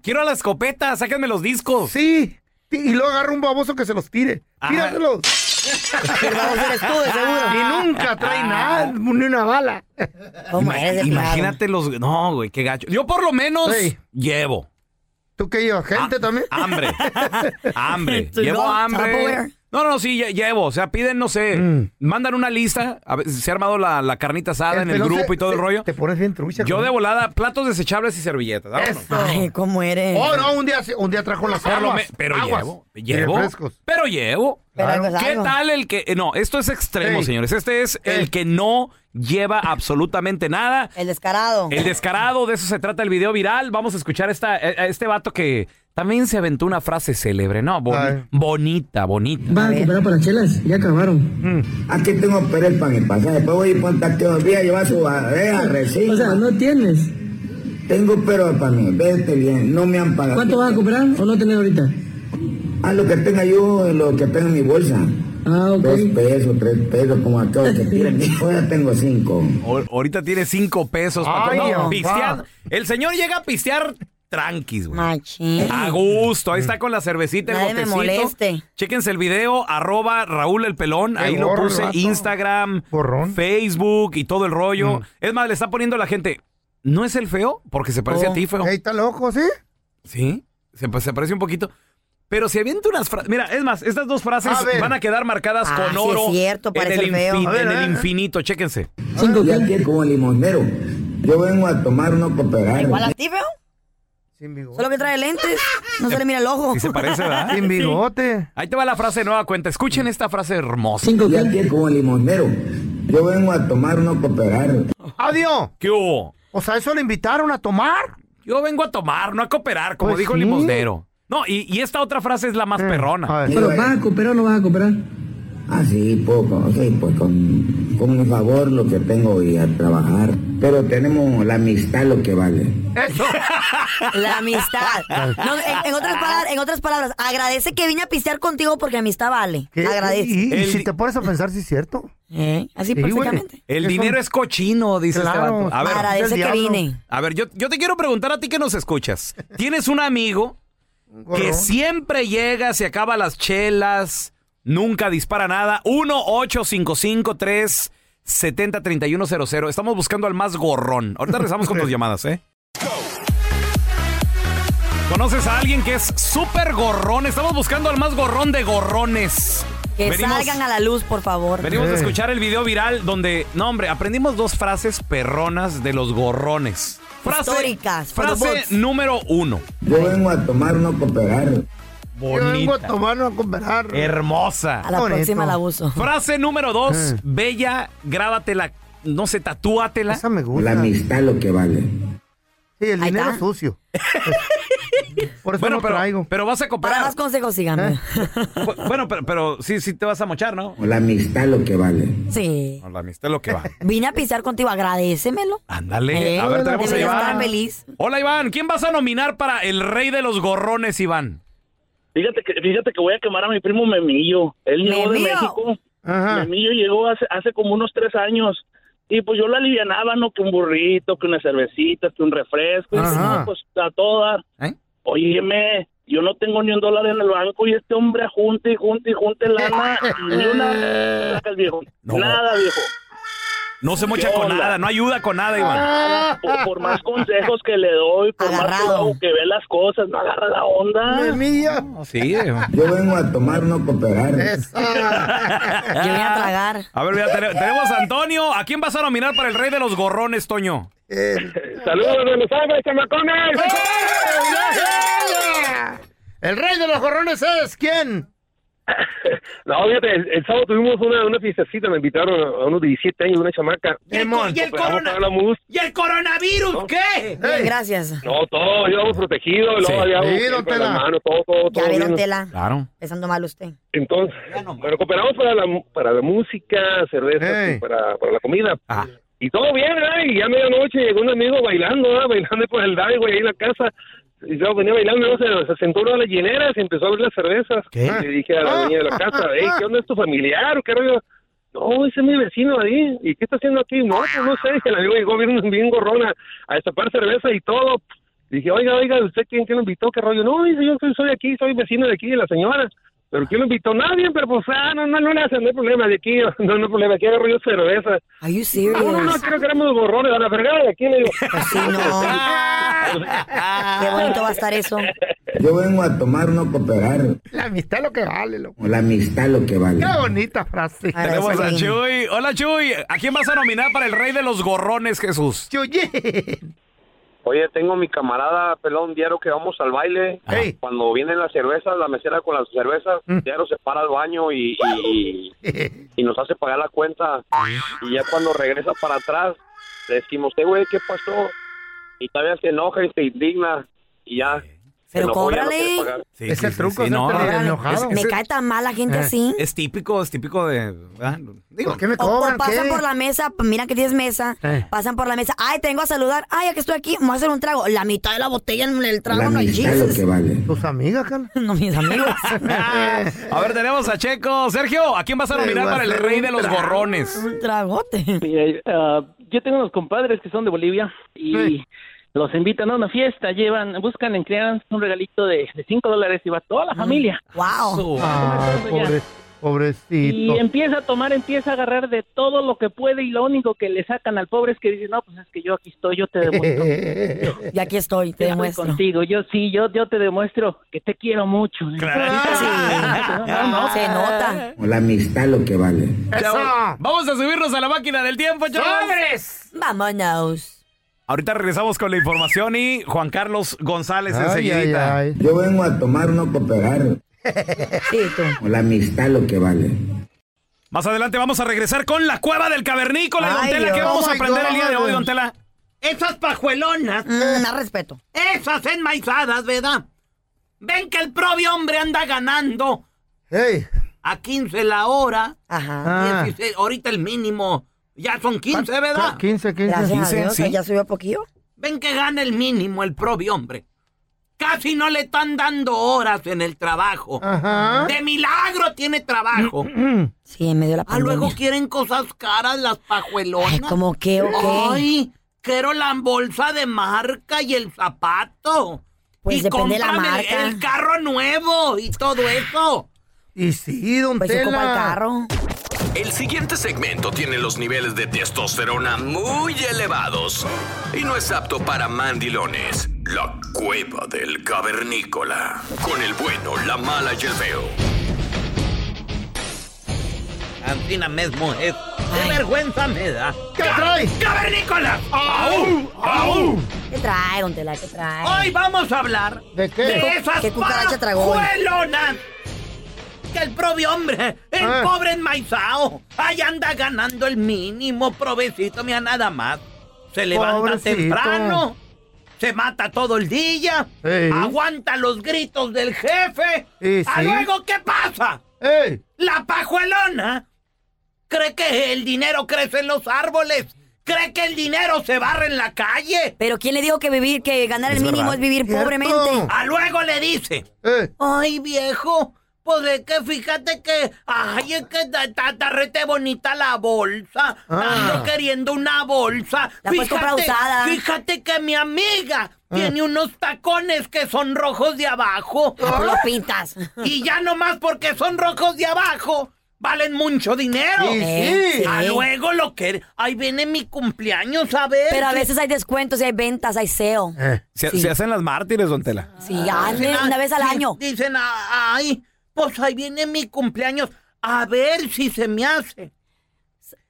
Speaker 1: Quiero la escopeta, sáquenme los discos. Ah,
Speaker 4: Sí. Y luego agarra un baboso que se los tire. Tíraselos.
Speaker 2: El baboso eres tú, de seguro. Ah.
Speaker 4: Y nunca trae nada, ni una bala.
Speaker 2: ¿Cómo
Speaker 1: Ima-
Speaker 2: eres de
Speaker 1: imagínate los. No, güey, qué gacho. Yo por lo menos
Speaker 4: Sí.
Speaker 1: llevo. Ah,
Speaker 4: ¿Tú qué llevas? ¿Gente también?
Speaker 1: Hambre. hambre.
Speaker 2: Tu
Speaker 1: Llevo
Speaker 2: no-
Speaker 1: hambre.
Speaker 2: Tupperware.
Speaker 1: No, no, no, sí, lle- llevo. O sea, piden, no sé,
Speaker 4: Mm.
Speaker 1: mandan una lista. A ver, se ha armado la, la carnita asada en el
Speaker 4: pelón
Speaker 1: grupo
Speaker 4: se-
Speaker 1: y todo el
Speaker 4: se-
Speaker 1: rollo.
Speaker 4: Te pones bien trucha.
Speaker 1: Yo
Speaker 4: con-
Speaker 1: de volada, platos desechables y servilletas. vámonos.
Speaker 4: Eso.
Speaker 2: Ay, ¿cómo eres?
Speaker 4: Oh, no, un día, se- un día trajo las
Speaker 1: Por lo
Speaker 4: aguas.
Speaker 1: me- pero
Speaker 4: aguas
Speaker 1: llevo.
Speaker 4: y
Speaker 1: Llevo.
Speaker 4: refrescos.
Speaker 1: Pero llevo.
Speaker 2: Pero algo es
Speaker 1: ¿Qué
Speaker 2: algo.
Speaker 1: tal el que.? eh, No, esto es extremo,
Speaker 4: Ey.
Speaker 1: señores. Este es el
Speaker 4: Ey.
Speaker 1: que no lleva absolutamente nada.
Speaker 2: El descarado.
Speaker 1: El descarado, de eso se trata el video viral. Vamos a escuchar esta, a- a este vato que también se aventó una frase célebre, ¿no? Boni-
Speaker 4: Ay.
Speaker 1: bonita, bonita.
Speaker 11: ¿Vas a Mm.
Speaker 2: ver.
Speaker 11: comprar para las chelas? Ya acabaron.
Speaker 5: Aquí tengo Pérez para mi pasaje. Después voy a ir para Teodía a llevar su barrera, recién.
Speaker 11: O sea, no tienes.
Speaker 5: Tengo pero para mí. Vete bien. No me han pagado.
Speaker 11: ¿Cuánto vas a comprar o no tenés ahorita?
Speaker 5: A lo que tenga yo, lo que tenga en mi bolsa.
Speaker 11: Ah, ok.
Speaker 5: Dos pesos, tres pesos, como acabo de tiran. Yo ya tengo cinco.
Speaker 1: O- ahorita tiene cinco pesos.
Speaker 12: Ah.
Speaker 1: para
Speaker 4: Ay,
Speaker 1: todo.
Speaker 4: papá.
Speaker 1: pisteando. El señor llega a pistear tranquis, güey.
Speaker 2: Machín.
Speaker 1: A gusto, ahí está con la cervecita, el
Speaker 2: Nadie me
Speaker 1: botecito.
Speaker 2: moleste.
Speaker 1: Chéquense el video, arroba Raúl el Pelón,
Speaker 4: Qué
Speaker 1: ahí lo
Speaker 4: gorro el
Speaker 1: puse,
Speaker 4: vato.
Speaker 1: Instagram,
Speaker 4: Borrón. Mm.
Speaker 1: Facebook y todo el rollo. Es más, le está poniendo la gente, ¿no es el feo? Porque se parece a
Speaker 2: Oh,
Speaker 1: ti, feo.
Speaker 4: Ey, está loco, ¿sí?
Speaker 1: Sí, se, pa- se parece un poquito. Pero se avienta unas frases. Mira, es más, estas dos frases
Speaker 4: A ver.
Speaker 1: van a quedar marcadas
Speaker 2: Ah,
Speaker 1: con
Speaker 2: sí es
Speaker 1: oro.
Speaker 2: cierto,
Speaker 1: en
Speaker 2: parece
Speaker 1: el,
Speaker 2: feo.
Speaker 1: infin-
Speaker 4: A ver,
Speaker 1: en
Speaker 4: a
Speaker 1: el
Speaker 4: ver.
Speaker 1: infinito, chéquense.
Speaker 11: Cinco
Speaker 5: Ya
Speaker 11: qué?
Speaker 5: que como limosnero. Yo vengo a tomar uno cooperar.
Speaker 2: Igual a ti, feo.
Speaker 4: Sin
Speaker 2: Solo
Speaker 4: bigote.
Speaker 2: que trae lentes. No se le mira el ojo.
Speaker 1: Si se parece, ¿verdad?
Speaker 4: Sin bigote. Mm.
Speaker 1: Ahí te va la frase de nueva cuenta. Escuchen esta frase hermosa.
Speaker 11: Cinco
Speaker 5: Ya
Speaker 11: qué?
Speaker 5: que como limosnero. Yo vengo a tomar uno cooperar.
Speaker 4: Adiós.
Speaker 1: ¿Qué hubo?
Speaker 4: O sea, eso lo invitaron a tomar.
Speaker 1: Yo vengo a tomar, Ah, no a cooperar, como
Speaker 4: Pues
Speaker 1: dijo el
Speaker 4: sí. Eh,
Speaker 1: limosnero. No, y, y esta otra frase es la más
Speaker 4: A
Speaker 1: perrona.
Speaker 4: ver.
Speaker 11: Pero vas a comprar o no vas a comprar.
Speaker 5: Ah, sí, poco. Sí, pues con, con mi favor lo que tengo y a trabajar. Pero tenemos la amistad lo que vale.
Speaker 4: Eso.
Speaker 2: La amistad. No, en, en otras palabras, en otras palabras, agradece que vine a pistear contigo porque amistad vale.
Speaker 4: ¿Qué?
Speaker 2: Agradece.
Speaker 4: Y, y
Speaker 1: El-
Speaker 4: si te pones a pensar, sí es cierto.
Speaker 2: ¿Eh? Así
Speaker 4: Sí, güey.
Speaker 2: perfectamente.
Speaker 1: El
Speaker 4: Eso-
Speaker 1: dinero es cochino, dice este
Speaker 4: Claro.
Speaker 1: vato. A ver,
Speaker 4: Ahora-
Speaker 2: agradece
Speaker 4: del
Speaker 2: que
Speaker 4: diablo.
Speaker 2: vine.
Speaker 1: a ver yo, yo te quiero preguntar a ti que nos escuchas. ¿Tienes un amigo que
Speaker 4: Gorrón.
Speaker 1: siempre llega, se acaba las chelas, nunca dispara nada. 1-855-370-3100. Estamos buscando al más gorrón. Ahorita regresamos con tus llamadas, ¿eh? ¿Conoces a alguien que es súper gorrón? Estamos buscando al más gorrón de gorrones.
Speaker 2: Que
Speaker 1: Venimos-
Speaker 2: salgan a la luz, por favor.
Speaker 1: Venimos a
Speaker 4: Eh.
Speaker 1: escuchar el video viral donde, no hombre, aprendimos dos frases perronas de los gorrones. Frase,
Speaker 2: Históricas, for the
Speaker 1: Frase
Speaker 2: books.
Speaker 1: número uno.
Speaker 5: Yo vengo a tomar uno cooperar.
Speaker 4: Yo vengo a
Speaker 1: Bonita.
Speaker 4: tomar, no a comprar.
Speaker 1: Hermosa.
Speaker 2: A la
Speaker 4: Bonito.
Speaker 2: próxima la uso.
Speaker 1: Frase número dos,
Speaker 4: Eh.
Speaker 1: bella, grábatela, no sé, tatúatela.
Speaker 4: Esa me
Speaker 5: La
Speaker 4: gusta.
Speaker 5: amistad lo que vale.
Speaker 4: Sí, el
Speaker 2: Ahí
Speaker 4: dinero
Speaker 2: está.
Speaker 4: es sucio. Por eso
Speaker 1: Bueno,
Speaker 4: no
Speaker 1: pero,
Speaker 4: traigo. ¿Eh?
Speaker 1: pero vas a
Speaker 2: Para
Speaker 1: comprar.
Speaker 2: más consejos, síganme.
Speaker 1: Bu- pues, Bueno, pero, pero sí, sí te vas a mochar, ¿no?
Speaker 5: La amistad lo que vale.
Speaker 2: Sí.
Speaker 1: No, La amistad es lo que va.
Speaker 2: Vine a pistear contigo, agradecemelo.
Speaker 1: Ándale.
Speaker 2: Eh,
Speaker 1: a ver, tenemos a
Speaker 2: debería estar
Speaker 1: Iván.
Speaker 2: feliz.
Speaker 1: Hola, Iván. ¿Quién vas a nominar para el rey de los gorrones, Iván?
Speaker 13: Fíjate que, fíjate que voy a quemar a mi primo Memillo. Él llegó de
Speaker 2: Memillo.
Speaker 13: México.
Speaker 4: Ajá.
Speaker 13: Memillo llegó hace, hace como unos tres años. Y pues yo lo alivianaba, ¿no? Que un burrito, que unas cervecitas, que un refresco. Y dije,
Speaker 4: Ajá.
Speaker 13: no, pues a todas.
Speaker 1: ¿Eh?
Speaker 13: Óyeme, yo no tengo ni un dólar en el banco y este hombre junta y junta y junta lana. y ni una... Sacas, viejo.
Speaker 1: No.
Speaker 13: Nada, viejo.
Speaker 1: No se mocha con
Speaker 13: Hola.
Speaker 1: nada, no ayuda con nada, Iván.
Speaker 13: Por, por más consejos que le doy, por más
Speaker 2: Agarrado.
Speaker 13: que, que ve las cosas, no agarra la onda.
Speaker 4: Memilla.
Speaker 1: No, sí, eh. Iván.
Speaker 5: Yo vengo a tomar uno cooperar.
Speaker 4: Esa.
Speaker 2: Yo vine a tragar.
Speaker 1: A ver, mira, tene- tenemos a Antonio. ¿A quién vas a nominar para el rey de los gorrones, Toño?
Speaker 5: Saludos de Los Ángeles, chamacones.
Speaker 4: El rey de los gorrones es quién?
Speaker 5: No, fíjate, el, el sábado tuvimos una, una fiestecita, me invitaron a, a unos 17 años, una chamaca.
Speaker 4: Demon.
Speaker 5: Pues, vamos a la mus.
Speaker 1: ¿Y el
Speaker 4: Oh.
Speaker 1: coronavirus qué?
Speaker 2: Bien,
Speaker 4: Ey.
Speaker 2: gracias.
Speaker 5: No, todos íbamos protegidos,
Speaker 1: Sí.
Speaker 5: luego había
Speaker 4: Sí, don
Speaker 5: con
Speaker 4: Tela.
Speaker 5: las manos, todo, todo, todo.
Speaker 2: Ya vieron
Speaker 5: bien.
Speaker 2: tela.
Speaker 1: Claro.
Speaker 2: Pensando mal usted.
Speaker 5: Entonces, bueno, cooperamos para la, mu- para la música, cerveza,
Speaker 4: Ey.
Speaker 5: y para, para la comida.
Speaker 1: Ah.
Speaker 5: Y todo bien, ¿verdad? Y ya a medianoche llegó un amigo bailando, ¿verdad? Bailando por el DAI, güey, ahí en la casa. Y yo venía bailando, luego se, se sentó uno a la llenera, se empezó a abrir las cervezas. Y le dije a la dueña de la casa, hey, ¿qué onda es tu familiar o qué rollo? No, ese es mi vecino
Speaker 14: ¿eh?
Speaker 5: ahí. ¿Y qué está haciendo aquí? No, pues no sé. Y el amigo llegó bien, bien gorrona a destapar cerveza y todo.
Speaker 14: Dije, oiga, oiga, ¿usted quién, quién lo invitó? ¿Qué rollo? No, dice, yo soy, soy aquí, soy vecino de aquí, de la señora. ¿Pero quién lo invitó? Nadie, pero pues, ah, no, no, no le hacen, no hay problema, de aquí, no, no hay problema, aquí agarro yo cerveza.
Speaker 2: Are you serious? Pues
Speaker 14: No, no, no, creo que éramos borrones, a la vergada, de aquí le digo. Ah,
Speaker 2: Sí, no.
Speaker 13: Ah.
Speaker 2: Qué bonito va a estar eso.
Speaker 15: Yo vengo a tomar, no cooperar.
Speaker 4: La amistad es lo que vale, loco.
Speaker 15: La amistad es lo que vale.
Speaker 4: Qué bonita frase.
Speaker 1: Tenemos a Chuy. Hola, Chuy. ¿A quién vas a nominar para el rey de los gorrones, Jesús?
Speaker 16: Oye, tengo mi camarada pelón diario que vamos al baile. Cuando vienen las cervezas, la mesera con las cervezas, diario se para al baño y, y, y nos hace pagar la cuenta. Y ya cuando regresa para atrás, le decimos, "Eh, güey, ¿qué pasó? Y todavía se enoja y se indigna. Y ya. se
Speaker 2: Pero
Speaker 16: enojó, ya no
Speaker 2: cóbrale.
Speaker 16: quiere pagar.
Speaker 1: Ese truco
Speaker 2: no te le-
Speaker 4: Ah,
Speaker 2: enojado. Ah, Me cae tan mal la gente
Speaker 4: Eh.
Speaker 2: así.
Speaker 1: Eh, Es típico, es típico de... ¿verdad? Digo,
Speaker 4: ¿qué me
Speaker 2: O- O, pasan por la mesa, pues, mira que tienes mesa,
Speaker 1: Eh.
Speaker 2: pasan por la mesa, ay, tengo a saludar, ay, ya que estoy aquí, me voy a hacer un trago. La mitad de la botella en el trago, no hay Jesus.
Speaker 15: vale.
Speaker 4: Tus amigas, Carla.
Speaker 2: No, mis amigos.
Speaker 1: A ver, tenemos a Checo. Sergio, ¿a quién vas a
Speaker 17: Le
Speaker 1: nominar
Speaker 17: voy a
Speaker 1: para el
Speaker 17: hacer
Speaker 1: rey
Speaker 17: un
Speaker 1: de los
Speaker 17: trago.
Speaker 1: gorrones?
Speaker 2: Un tragote.
Speaker 17: ah, yo tengo unos compadres que son de Bolivia y los invitan a una fiesta, llevan, buscan en crianza un regalito de, de 5 dólares y va toda
Speaker 2: Mm.
Speaker 17: la familia.
Speaker 2: ¡Wow!
Speaker 4: Ah, pobre- pobrecito.
Speaker 17: Y empieza a tomar, empieza a agarrar de todo lo que puede y lo único que le sacan al pobre es que dice, no, pues es que yo aquí estoy, yo te demuestro.
Speaker 2: Y aquí estoy, te
Speaker 17: Yo estoy
Speaker 2: demuestro.
Speaker 17: contigo, yo sí, yo, yo te demuestro que te quiero mucho.
Speaker 2: Ah, Se nota.
Speaker 15: La amistad es lo que vale.
Speaker 1: Ah,
Speaker 6: Ah.
Speaker 1: Ya, Vamos a subirnos a la máquina del tiempo, chavales.
Speaker 2: Vámonos.
Speaker 1: Ahorita regresamos con la información y Juan Carlos González enseguidita.
Speaker 15: Yo vengo a tomar, no cooperar. La amistad es lo que vale.
Speaker 1: Más adelante vamos a regresar con la cueva del cavernícola, Don
Speaker 6: Ay,
Speaker 1: Tela. ¿Qué
Speaker 6: Dios.
Speaker 1: vamos
Speaker 6: Oh
Speaker 1: a
Speaker 6: my
Speaker 1: aprender el
Speaker 6: God.
Speaker 1: día de hoy, Don Tela?
Speaker 6: Esas pajuelonas.
Speaker 2: Mm, más respeto.
Speaker 6: Esas enmaizadas, ¿verdad? Ven que el propio hombre anda ganando. A 15 la hora.
Speaker 4: Ajá.
Speaker 6: 16, ahorita el mínimo. Ya son 15, ¿verdad?
Speaker 4: 15, 15.
Speaker 6: Gracias a
Speaker 4: 15,
Speaker 6: Dios,
Speaker 4: sí.
Speaker 6: ya
Speaker 2: subió poquillo.
Speaker 6: Ven que gana el mínimo el propio hombre. Casi no le están dando horas en el trabajo.
Speaker 4: Ajá.
Speaker 6: De milagro tiene trabajo.
Speaker 2: Sí, en medio de la
Speaker 6: Ah, luego
Speaker 2: pandemia.
Speaker 6: quieren cosas caras las pajuelonas.
Speaker 2: Ay, ¿cómo qué o qué?
Speaker 6: Ay, quiero la bolsa de marca y el zapato.
Speaker 2: Pues
Speaker 6: y
Speaker 2: depende de la
Speaker 6: cómprame
Speaker 2: marca.
Speaker 6: el carro nuevo y todo eso.
Speaker 4: Y sí, don
Speaker 6: Pues ocupa
Speaker 4: Tela.
Speaker 6: el
Speaker 2: carro.
Speaker 10: El siguiente segmento tiene los niveles de testosterona muy elevados y no es apto para mandilones. La cueva del cavernícola. Con el bueno, la mala y el feo.
Speaker 6: Antina mismo es. ¡Qué vergüenza me da!
Speaker 4: ¿Qué trae?
Speaker 6: ¡Cavernícola! ¡Au! ¡Au!
Speaker 2: ¿Qué trae, don Tela? ¿Qué trae?
Speaker 6: Hoy vamos a hablar
Speaker 4: de,
Speaker 2: qué? ¿Qué cu-
Speaker 6: esas
Speaker 2: qué cucaracha tragó hoy?
Speaker 6: pajuelonas que el propio hombre, el
Speaker 2: Ah.
Speaker 6: pobre enmaizao, ahí anda ganando el mínimo provecito, mira nada más. Se levanta
Speaker 4: Pobrecito.
Speaker 6: temprano, se mata todo el día, aguanta los gritos del jefe.
Speaker 4: Sí,
Speaker 6: ¿A
Speaker 4: sí.
Speaker 6: luego qué pasa? La pajuelona cree que el dinero crece en los árboles, cree que el dinero se barre en la calle.
Speaker 2: Pero ¿quién le dijo que vivir, que ganar el mínimo es vivir pobremente?
Speaker 6: A Ah, luego le dice. Ay, viejo. Pues es que fíjate que, ay, es que ta- ta- está rete bonita la bolsa.
Speaker 7: Ah.
Speaker 6: Ando queriendo una bolsa.
Speaker 7: La puedes comprar usada.
Speaker 6: fíjate que mi amiga tiene unos tacones que son rojos de abajo.
Speaker 2: Ah, pues los pintas.
Speaker 6: Y ya nomás porque son rojos de abajo, valen mucho dinero.
Speaker 2: Sí, Eh, sí.
Speaker 6: A
Speaker 2: sí.
Speaker 6: Ah, luego lo que... er-, Ahí viene mi cumpleaños, a ver.
Speaker 2: Pero a veces hay descuentos y hay ventas, hay sale.
Speaker 1: Se, se hacen las mártires, Don Tela.
Speaker 2: Sí, hazle
Speaker 6: Ah, Dicen,
Speaker 2: una vez al
Speaker 6: di-
Speaker 2: año.
Speaker 6: Dicen, "Ah, ay, pues ahí viene mi cumpleaños. A ver si se me hace.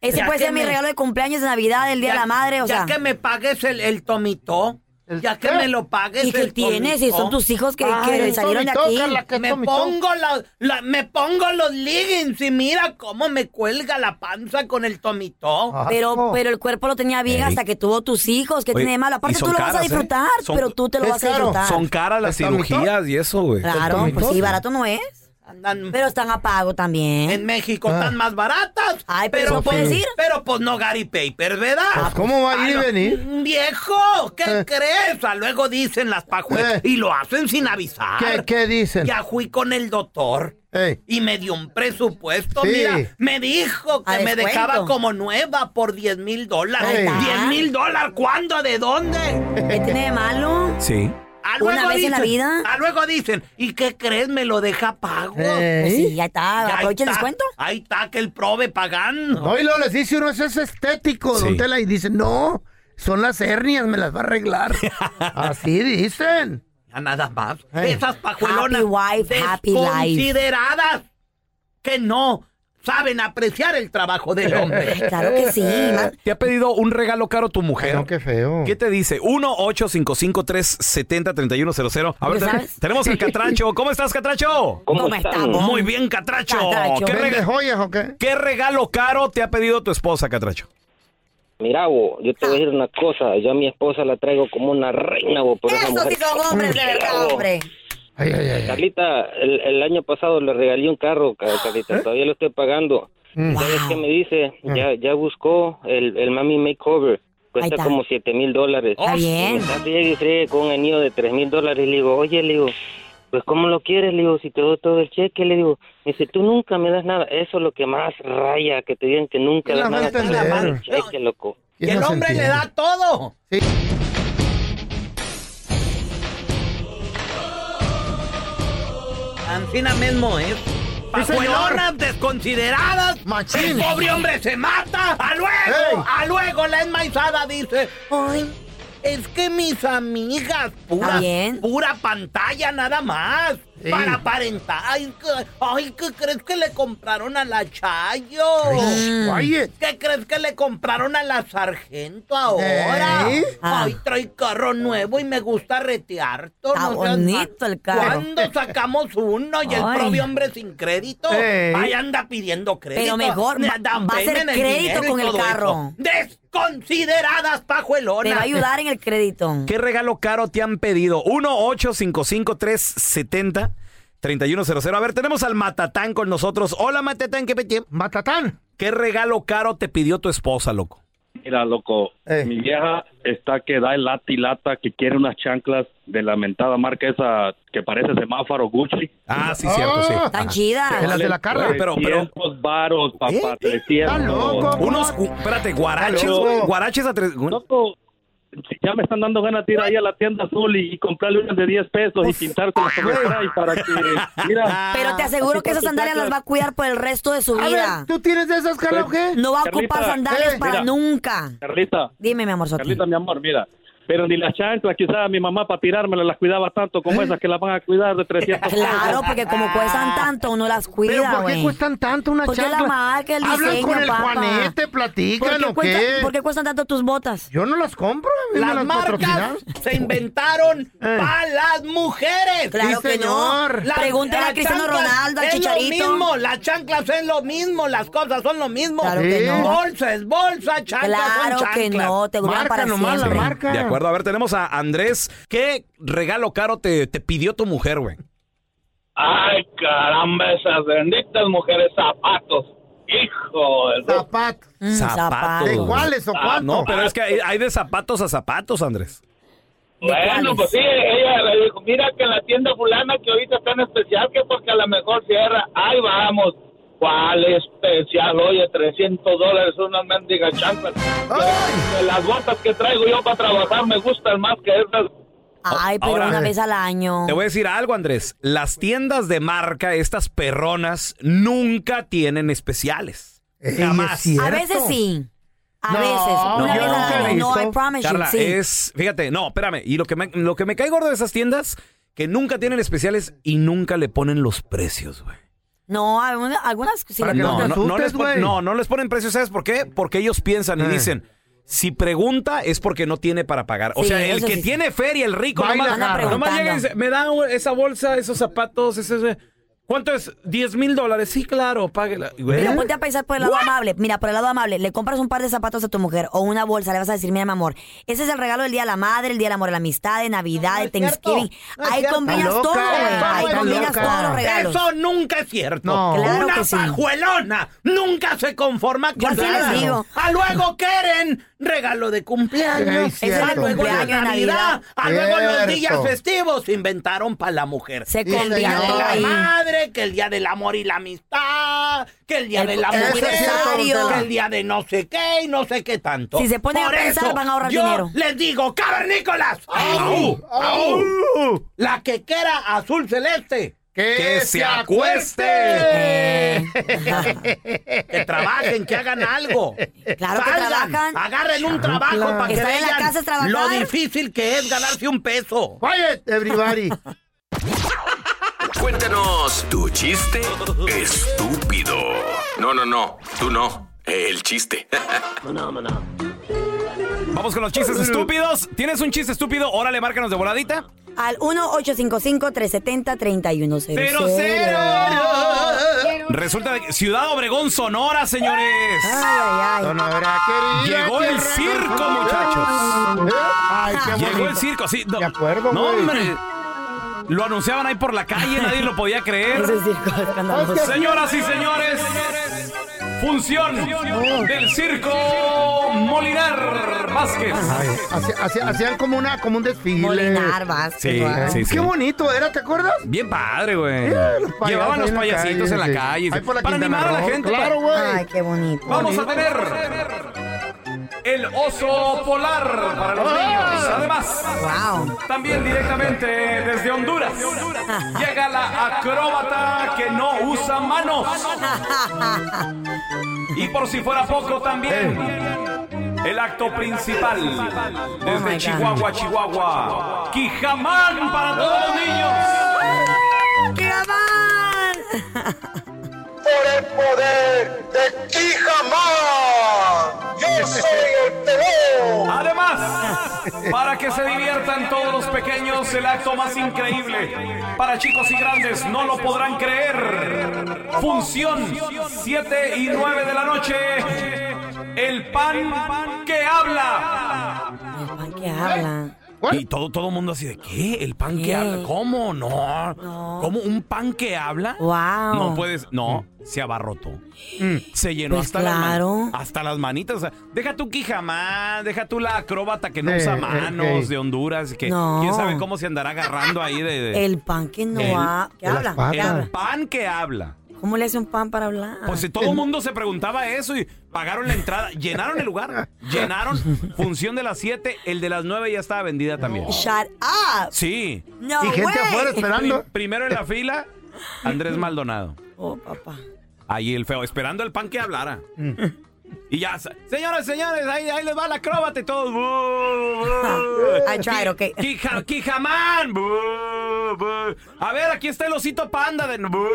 Speaker 2: Ese
Speaker 6: Ya
Speaker 2: puede ser
Speaker 6: que
Speaker 2: mi
Speaker 6: me-
Speaker 2: regalo de cumpleaños, de Navidad, el Día de
Speaker 6: ya-
Speaker 2: la Madre, o
Speaker 6: ya
Speaker 2: sea.
Speaker 6: que me pagues el, el tomito. Ya que
Speaker 2: qué?
Speaker 6: me lo pagues.
Speaker 2: ¿Y qué
Speaker 6: el
Speaker 2: tienes? Si son tus hijos que- que
Speaker 6: el
Speaker 2: salieron de
Speaker 6: tomito,
Speaker 2: aquí.
Speaker 6: Carla, que me,
Speaker 2: tomito.
Speaker 6: pongo la- la- me pongo los leggings y mira cómo me cuelga la panza con el tomito.
Speaker 2: Pero, pero el cuerpo lo tenía bien hasta que tuvo tus hijos, que
Speaker 1: Oye,
Speaker 2: tiene de malo.
Speaker 1: y
Speaker 2: Aparte tú
Speaker 1: son
Speaker 2: lo vas a
Speaker 1: caras, ¿eh?
Speaker 2: disfrutar,
Speaker 1: Son-
Speaker 2: pero tú te lo
Speaker 1: es
Speaker 2: vas a
Speaker 1: caro.
Speaker 2: disfrutar.
Speaker 1: Son caras las
Speaker 6: ¿Está bonito?
Speaker 1: cirugías y eso, güey.
Speaker 2: Claro, pues sí, barato no es.
Speaker 6: Andan-
Speaker 2: Pero están a pago también.
Speaker 6: En México están más baratas. Ay,
Speaker 2: pero ¿eso quiere decir?
Speaker 6: Pero pues no Gary Papers, ¿verdad?
Speaker 4: Pues, ¿cómo va a ir y
Speaker 6: lo-
Speaker 4: venir? Eh.
Speaker 6: Viejo, ¿qué crees? Ah, A luego dicen las pajuelas y lo hacen sin avisar.
Speaker 4: ¿Qué, qué dicen?
Speaker 6: Ya fui con el doctor. Y me dio un presupuesto,
Speaker 7: Sí.
Speaker 6: mira. Me dijo que
Speaker 7: A
Speaker 6: me
Speaker 7: descuento.
Speaker 6: dejaba como nueva por 10 mil dólares.
Speaker 7: Ahí está.
Speaker 6: 10 mil dólares, ¿cuándo? ¿De dónde?
Speaker 2: ¿Qué tiene de malo?
Speaker 1: Sí.
Speaker 6: Ah, luego
Speaker 2: Una vez en la
Speaker 6: dicen-
Speaker 2: vida.
Speaker 6: ah, luego dicen, ¿y qué crees? Me lo deja pago.
Speaker 2: Pues sí, ya está, aprovecha el descuento.
Speaker 6: Ahí está, que el prove pagando.
Speaker 4: No, y luego les dice uno, eso es estético, don Tela, y dicen, no, son las hernias, me las va a arreglar. Así dicen.
Speaker 6: A nada más. Esas pajuelonas
Speaker 4: happy life.
Speaker 6: consideradas que no saben apreciar el trabajo del hombre. Eh.
Speaker 1: ¿Te ha pedido un regalo caro tu mujer? No,
Speaker 4: qué feo.
Speaker 1: ¿Qué te dice? 1-855-370-3100. A ver,
Speaker 4: ¿Ya
Speaker 1: te-
Speaker 4: sabes?
Speaker 1: tenemos al Catracho. ¿Cómo estás, Catracho?
Speaker 4: ¿Cómo ¿Cómo están? estamos?
Speaker 1: Muy bien, Catracho.
Speaker 4: Catracho.
Speaker 1: ¿Qué,
Speaker 4: ¿Vende
Speaker 1: rega-
Speaker 4: joyas o qué?
Speaker 1: qué regalo caro te ha pedido tu esposa, Catracho?
Speaker 18: Mira, bo, yo te voy a decir una cosa. Yo a mi esposa la traigo como una reina, bo, pero esa
Speaker 2: Estos sí
Speaker 18: mujer...
Speaker 2: son hombres de verdad, hombre.
Speaker 18: Carlita, el, el año pasado le regalé un carro, Ca- Carlita. Todavía lo estoy pagando.
Speaker 1: Mm.
Speaker 18: ¿Sabes qué me dice? Ya, ya buscó el, el Mami Makeover.
Speaker 2: Mm. Ahí
Speaker 18: Cuesta
Speaker 2: está.
Speaker 18: como 7 mil dólares.
Speaker 2: Está bien.
Speaker 18: Y me está friegue y friegue con un anillo de 3 mil dólares. Le digo, oye, le digo, pues ¿cómo lo quieres? Le digo, si te doy todo el cheque. Le digo, me dice, tú nunca me das nada. Eso es lo que más raya, que te digan que nunca das nada. Te dan el cheque, loco.
Speaker 6: Y el hombre le da todo. Ancina mismo es. Pajuelonas desconsideradas. El pobre hombre se mata. A luego, a luego la enmaizada dice. Ay, es que mis amigas, pura, pura pantalla nada más.
Speaker 7: Sí.
Speaker 6: Para aparentar. Ay, que- ay, ¿qué crees que le compraron a la Chayo?
Speaker 7: Ay, quiet.
Speaker 6: ¿Qué crees que le compraron a la sargento ahora?
Speaker 7: ¿Eh?
Speaker 6: Ay, trae carro nuevo y me gusta retear.
Speaker 2: Ah. Está bonito el carro.
Speaker 6: ¿Cuándo sacamos uno y el
Speaker 2: Ay.
Speaker 6: propio hombre sin crédito?
Speaker 2: Ey.
Speaker 6: Ahí anda pidiendo crédito.
Speaker 2: Pero mejor va-
Speaker 6: Dan
Speaker 2: va a ser
Speaker 6: payment, el
Speaker 2: crédito
Speaker 6: dinero y
Speaker 2: con el
Speaker 6: todo
Speaker 2: carro.
Speaker 6: eso. Desconsideradas, pajuelonas.
Speaker 2: Te va a ayudar en el crédito.
Speaker 1: ¿Qué regalo caro te han pedido? 1-855-370. 3100. A ver, tenemos al Matatán con nosotros. Hola, Matatán, ¿qué pete?
Speaker 4: Matatán.
Speaker 1: ¿Qué regalo caro te pidió tu esposa, loco?
Speaker 12: Mira, loco, mi vieja está que da el lata y lata, que quiere unas chanclas de la mentada marca esa que parece semáforo Gucci.
Speaker 1: Ah, sí,
Speaker 7: cierto, sí.
Speaker 1: Tan chidas. Las de la Carla. Pero-
Speaker 12: Pero,
Speaker 1: pero-
Speaker 12: varos, papá, 300.
Speaker 1: Unos, u- espérate, guaraches,
Speaker 12: Está loco.
Speaker 1: guaraches a tres...
Speaker 12: Loco, ya me están dando ganas de ir ahí a la tienda azul y, y comprarle unas de 10 pesos y pintárselas como trae para que, mira...
Speaker 2: Pero te aseguro que esas sandalias las va a cuidar por el resto de su
Speaker 4: A
Speaker 2: vida. Pues,
Speaker 4: ver, ¿tú tienes de esas, Carla, o qué?
Speaker 2: No va a ocupar sandalias para
Speaker 12: mira.
Speaker 2: nunca.
Speaker 12: Carlita.
Speaker 2: Dime, mi amor.
Speaker 12: Carlita, mi amor, mira. Pero ni las chanclas, quizás mi mamá para tirármelas las cuidaba tanto como esas que las van a cuidar de 300 pesos.
Speaker 2: ¿Eh? Claro, porque como cuestan tanto, uno las cuida,
Speaker 4: ¿Pero por qué
Speaker 2: güey.
Speaker 4: cuestan tanto una
Speaker 2: Porque la
Speaker 4: chancla?
Speaker 2: marca, el
Speaker 4: Hablan
Speaker 2: diseño,
Speaker 4: con el
Speaker 2: papá.
Speaker 4: Juanete, platican,
Speaker 2: ¿Por qué
Speaker 4: ¿o
Speaker 2: cuesta-
Speaker 4: qué?
Speaker 2: ¿Por qué cuestan tanto tus botas?
Speaker 4: Yo no las compro, a mí me
Speaker 6: Las marcas
Speaker 4: patrocinaron.
Speaker 6: se inventaron para las mujeres.
Speaker 4: Claro Sí, que no. señor.
Speaker 2: Pregúntale a Cristiano
Speaker 6: chanclas
Speaker 2: Ronaldo, al
Speaker 6: es
Speaker 2: Chicharito.
Speaker 6: lo mismo, las chanclas es lo mismo, las cosas son lo mismo.
Speaker 2: Claro que Sí. no.
Speaker 6: Bolsa es bolsa, chanclas
Speaker 2: Claro
Speaker 6: son
Speaker 2: que
Speaker 6: chanclas.
Speaker 2: no, te duran Marca para nomás la siempre. marca.
Speaker 1: De acuerdo, a ver, tenemos a Andrés. ¿Qué regalo caro te, te pidió tu mujer, güey?
Speaker 19: Ay, caramba, esas benditas mujeres zapatos. Hijo de
Speaker 4: zapatos.
Speaker 2: Mm,
Speaker 1: Zapatos. Ah, No, pero es que hay, hay de zapatos a zapatos, Andrés.
Speaker 19: Bueno, pues sí, ella le dijo, mira que en la tienda fulana que ahorita está en especial, que porque a lo mejor cierra, ahí vamos. ¿Cuál especial? Oye, 300 dólares, unas mendigas chanclas. Que- que Las botas que traigo yo para trabajar me gustan más que estas.
Speaker 2: Ay, pero
Speaker 1: Ahora-
Speaker 2: una vez al año.
Speaker 1: Te voy a decir algo, Andrés. Las tiendas de marca, estas perronas, nunca tienen especiales. Jamás.
Speaker 2: A veces sí. A
Speaker 1: Eh, No,
Speaker 2: veces. Una
Speaker 1: yo
Speaker 2: vez al
Speaker 1: nunca he
Speaker 2: año. No,
Speaker 1: visto.
Speaker 2: I promise
Speaker 1: Carla,
Speaker 2: you. Sí.
Speaker 1: es, fíjate, no, espérame, y lo que me, lo que me cae gordo de esas tiendas, que nunca tienen especiales y nunca le ponen los precios, güey.
Speaker 2: No, alguna- algunas sí.
Speaker 1: Para
Speaker 2: le
Speaker 1: que no,
Speaker 2: ponen.
Speaker 1: no- no les pon- no, no les ponen precios, ¿sabes por qué? Porque ellos piensan y dicen, si pregunta es porque no tiene para pagar. O
Speaker 6: Sí,
Speaker 1: sea, el
Speaker 6: eso
Speaker 1: que
Speaker 6: sí.
Speaker 1: tiene feria, el rico,
Speaker 6: Baila
Speaker 1: nomás,
Speaker 6: caro. Anda
Speaker 1: nomás llega y
Speaker 6: preguntando.
Speaker 1: dice, me da esa bolsa, esos zapatos, ese... ese- ¿Cuánto es? ¿10 mil dólares? Sí, claro, páguela. Güey.
Speaker 2: Pero ponte a pensar por el lado
Speaker 1: What?
Speaker 2: amable. Mira, por el lado amable, le compras un par de zapatos a tu mujer o una bolsa, le vas a decir, mira, mi amor, ese es el regalo del Día de la Madre, el Día del Amor, de la Amistad, de Navidad, de Thanksgiving. Ahí combinas todo, güey. Ahí combinas todos los regalos.
Speaker 6: Eso nunca es cierto.
Speaker 2: No. Claro
Speaker 6: Una
Speaker 2: que sí.
Speaker 6: pajuelona nunca se conforma
Speaker 2: Yo
Speaker 6: con
Speaker 2: así les
Speaker 6: nada.
Speaker 2: digo.
Speaker 6: A luego quieren regalo de cumpleaños,
Speaker 4: Sí, es cierto.
Speaker 6: a luego la
Speaker 4: Cumpleaños,
Speaker 6: Navidad,
Speaker 4: Navidad.
Speaker 6: a luego los
Speaker 4: Cierto.
Speaker 6: días festivos se inventaron para la mujer.
Speaker 2: Se
Speaker 6: Que el día
Speaker 2: combinó
Speaker 6: de la
Speaker 2: ahí.
Speaker 6: madre, que el día del amor y la amistad, que el día
Speaker 2: El-
Speaker 6: de la
Speaker 2: el
Speaker 6: mujer,
Speaker 2: aniversario.
Speaker 6: que el día de no sé qué y no sé qué tanto.
Speaker 2: Si se ponen a
Speaker 6: Por
Speaker 2: pensar,
Speaker 6: eso,
Speaker 2: van a ahorrar
Speaker 6: yo
Speaker 2: dinero.
Speaker 6: Les digo, cavernícolas, ¡Au! ¡Au! la que quiera azul celeste.
Speaker 4: Que,
Speaker 1: se acueste.
Speaker 6: que trabajen, que hagan algo.
Speaker 2: Eh. Claro que
Speaker 6: Salgan,
Speaker 2: trabajan.
Speaker 6: Agarren un
Speaker 2: Chancla.
Speaker 6: trabajo para que
Speaker 2: Estar en la
Speaker 6: vean
Speaker 2: casa es trabajar.
Speaker 6: lo difícil que es ganarse un peso.
Speaker 4: Quiet, everybody.
Speaker 10: Cuéntanos tu chiste estúpido. No, no, no. Tú no. El chiste.
Speaker 1: Vamos con los chistes estúpidos. ¿Tienes un chiste estúpido? Órale, márcanos de voladita.
Speaker 2: Al 1-855-370-3100.
Speaker 1: Resulta de que Ciudad Obregón, Sonora, señores. Llegó el circo, muchachos.
Speaker 4: Ay, qué
Speaker 1: Llegó
Speaker 4: bonito.
Speaker 1: el circo, sí. No,
Speaker 4: acuerdo,
Speaker 1: no,
Speaker 4: güey.
Speaker 1: hombre. Lo anunciaban ahí por la calle, nadie lo podía creer.
Speaker 7: escandaloso.
Speaker 1: Señoras y señores, función del circo Molinar Vázquez.
Speaker 4: Ay, hace- hace- hacían como una como un desfile.
Speaker 1: Molinar
Speaker 4: Vázquez.
Speaker 1: Sí, ¿verdad? sí, sí.
Speaker 4: Qué bonito era, ¿te acuerdas?
Speaker 1: Bien padre, güey.
Speaker 4: payasos
Speaker 1: Llevaban los
Speaker 4: ahí en la
Speaker 1: payasitos
Speaker 4: calle,
Speaker 1: en la
Speaker 4: sí.
Speaker 1: calle.
Speaker 4: Ahí por la
Speaker 1: para
Speaker 4: Quintana
Speaker 1: animar a la
Speaker 4: Roo,
Speaker 1: gente.
Speaker 4: claro, güey.
Speaker 2: Ay, qué bonito.
Speaker 1: Vamos a tener el oso polar para los niños. Además, también directamente desde Honduras llega la acróbata que no usa manos. Y por si fuera poco también el acto principal desde Chihuahua, Chihuahua. Quijamán para todos los niños.
Speaker 7: Por el poder de Quijamán, yo soy el pelón.
Speaker 1: Además, para que se diviertan todos los pequeños, el acto más increíble. Para chicos y grandes, no lo podrán creer. Función 7 y 9 de la noche. El pan que habla.
Speaker 2: ¿Qué habla?
Speaker 1: Y todo todo mundo así de qué, el pan que habla, ¿cómo no? ¿Cómo un pan que habla?
Speaker 6: Ah,
Speaker 2: Wow.
Speaker 6: oh.
Speaker 1: No puedes, no, se abarrotó. Se llenó
Speaker 2: Pues
Speaker 1: hasta,
Speaker 2: claro.
Speaker 1: las man- hasta las manitas. o sea, deja tu quijamán, deja tú la acróbata que no
Speaker 4: Eh,
Speaker 1: usa
Speaker 4: eh,
Speaker 1: manos
Speaker 4: eh.
Speaker 1: de Honduras, que
Speaker 2: No.
Speaker 1: quién sabe cómo se andará agarrando ahí de. de-
Speaker 2: El pan que no
Speaker 1: El-
Speaker 2: ha... ¿Qué
Speaker 1: de las
Speaker 2: habla? ¿Qué
Speaker 1: patas.
Speaker 2: habla? Ah.
Speaker 1: El pan que habla.
Speaker 2: ¿Cómo le hace un pan para hablar?
Speaker 1: Pues si todo el mundo se preguntaba eso y pagaron la entrada, llenaron el lugar, llenaron función de las 7, el de las 9 ya estaba vendida también.
Speaker 2: Shut up.
Speaker 1: Sí.
Speaker 2: No Y gente way. afuera esperando.
Speaker 1: Pri- primero en la fila, Andrés Maldonado.
Speaker 2: Oh, papá.
Speaker 1: Ahí el feo, esperando el pan que hablara. Y ya, sa- señores, señores, ahí, ahí les va la acróbata y todos.
Speaker 2: I tried, okay.
Speaker 1: Quija- Quijamán. bu, bu. A ver, aquí está el osito panda de. bu.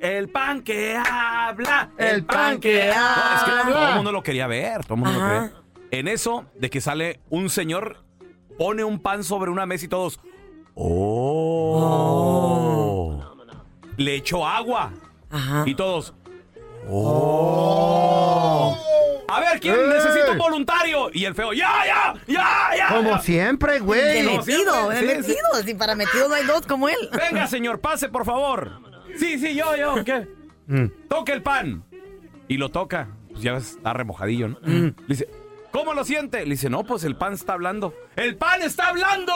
Speaker 1: El pan que habla. El pan que No, Ah, es que
Speaker 6: Ah.
Speaker 7: habla.
Speaker 1: todo el mundo lo quería ver. Todo el mundo lo quería ver. En eso, de que sale un señor, pone un pan sobre una mesa y todos. ¡Oh! Le echó agua. Y todos. ¡Oh! A ver, ¿quién
Speaker 4: ¡Ey!
Speaker 1: necesita un voluntario? Y el feo, ¡ya, ya! ¡Ya, ya!
Speaker 4: Como
Speaker 1: ya".
Speaker 4: siempre,
Speaker 1: De
Speaker 4: güey.
Speaker 1: metido, de metido.
Speaker 2: Si para metido no hay dos como él.
Speaker 1: Venga, señor, pase, por favor. Sí, sí, yo, yo, ¿qué? Toque el pan. Y lo toca. Pues ya ves, está remojadillo, ¿no? Le dice, ¿cómo lo siente? Le dice, no, pues el pan está hablando. ¡El pan está hablando!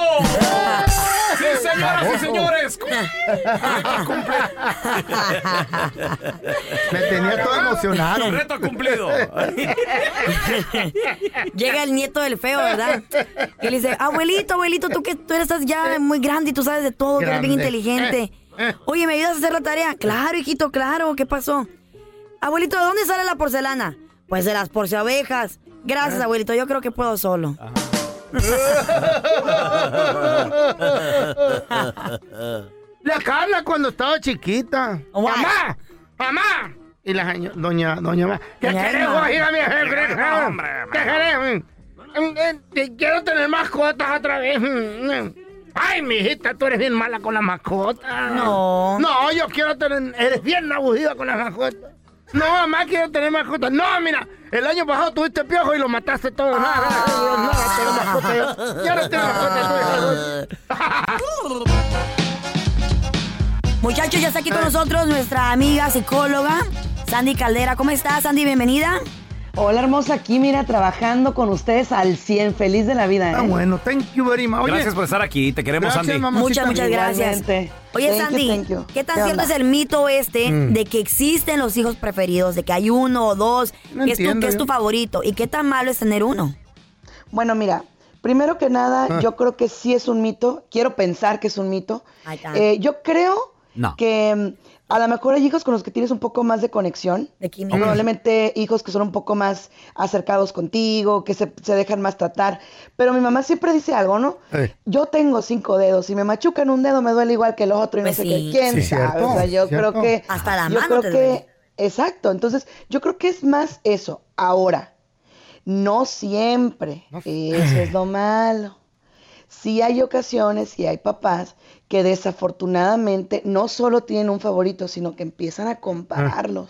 Speaker 1: ¡Sí, señoras y
Speaker 7: Baboso.
Speaker 1: señores! Reto
Speaker 4: Me tenía todo emocionado.
Speaker 1: Reto cumplido.
Speaker 2: Llega el nieto del feo, ¿verdad? Y le dice, abuelito, abuelito, tú que tú estás ya muy grande Eh, y tú sabes de todo, tú eres bien
Speaker 7: Grande.
Speaker 2: inteligente. Oye, ¿me ayudas a hacer la tarea? Claro, hijito, claro, ¿qué pasó? Abuelito, ¿de dónde sale la porcelana? Pues de las porceabejas. Gracias, abuelito, yo creo que puedo solo.
Speaker 4: La Carla cuando estaba chiquita. ¡Mamá! ¡Mamá! Y la seño- doña, doña Ma- ¿Qué
Speaker 7: Doña
Speaker 4: queremos
Speaker 7: Irma.
Speaker 4: ir a mi
Speaker 7: ¿Qué queremos, hombre?
Speaker 4: ¿Qué queremos? Mm, eh, te- Quiero tener mascotas otra vez. Mm, mm. Ay, mijita, tú eres bien mala con las mascotas.
Speaker 2: No.
Speaker 4: No, yo quiero tener. Eres bien aburrida con las mascotas. No, mamá, quiero tener mascotas. No, mira, el año pasado tuviste piojo y lo mataste todo. No, no, no, no, tengo mascotas. Yo- yo no tengo mascotas, tú, hija de-
Speaker 2: Muchachos, ya está aquí con nosotros nuestra amiga psicóloga, Sandy Caldera. ¿Cómo estás, Sandy? Bienvenida.
Speaker 20: Hola hermosa, aquí mira, trabajando con ustedes al 100, feliz de la vida. ¿eh?
Speaker 4: Ah, bueno, thank you very much. Oye,
Speaker 1: Gracias por estar aquí. Te queremos, Andy.
Speaker 2: Muchas, muchas gracias.
Speaker 20: Igualmente.
Speaker 2: Oye,
Speaker 20: Thank you,
Speaker 2: Sandy,
Speaker 20: thank you.
Speaker 2: ¿qué tan
Speaker 20: ¿Qué
Speaker 2: cierto
Speaker 20: onda?
Speaker 2: es el mito este
Speaker 20: Mm.
Speaker 2: de que existen los hijos preferidos, de que hay uno o dos,
Speaker 20: No
Speaker 2: que, es tu,
Speaker 20: entiendo
Speaker 2: que es
Speaker 20: yo.
Speaker 2: tu favorito? ¿Y qué tan malo es tener uno?
Speaker 20: Bueno, mira, primero que nada,
Speaker 2: Ah.
Speaker 20: yo creo que sí es un mito, quiero pensar que es un mito. Eh, yo creo
Speaker 2: No.
Speaker 20: que mm, a lo mejor hay hijos con los que tienes un poco más de conexión.
Speaker 2: química.
Speaker 20: Probablemente hijos que son un poco más acercados contigo, que se, se dejan más tratar. Pero mi mamá siempre dice algo, ¿no? Yo tengo cinco dedos, si me machucan un dedo me duele igual que el otro y
Speaker 2: Pues
Speaker 20: no sé
Speaker 2: sí.
Speaker 20: qué. ¿Quién
Speaker 2: Sí,
Speaker 20: sabe?
Speaker 2: cierto,
Speaker 20: o sea, yo
Speaker 2: cierto.
Speaker 20: creo que...
Speaker 2: Hasta la
Speaker 20: yo
Speaker 2: mano
Speaker 20: creo
Speaker 2: te
Speaker 20: que-
Speaker 2: duele.
Speaker 20: Exacto, entonces yo creo que es más eso. Ahora, no siempre. Eso es lo malo. Sí hay ocasiones y hay papás que desafortunadamente no solo tienen un favorito, sino que empiezan a compararlos.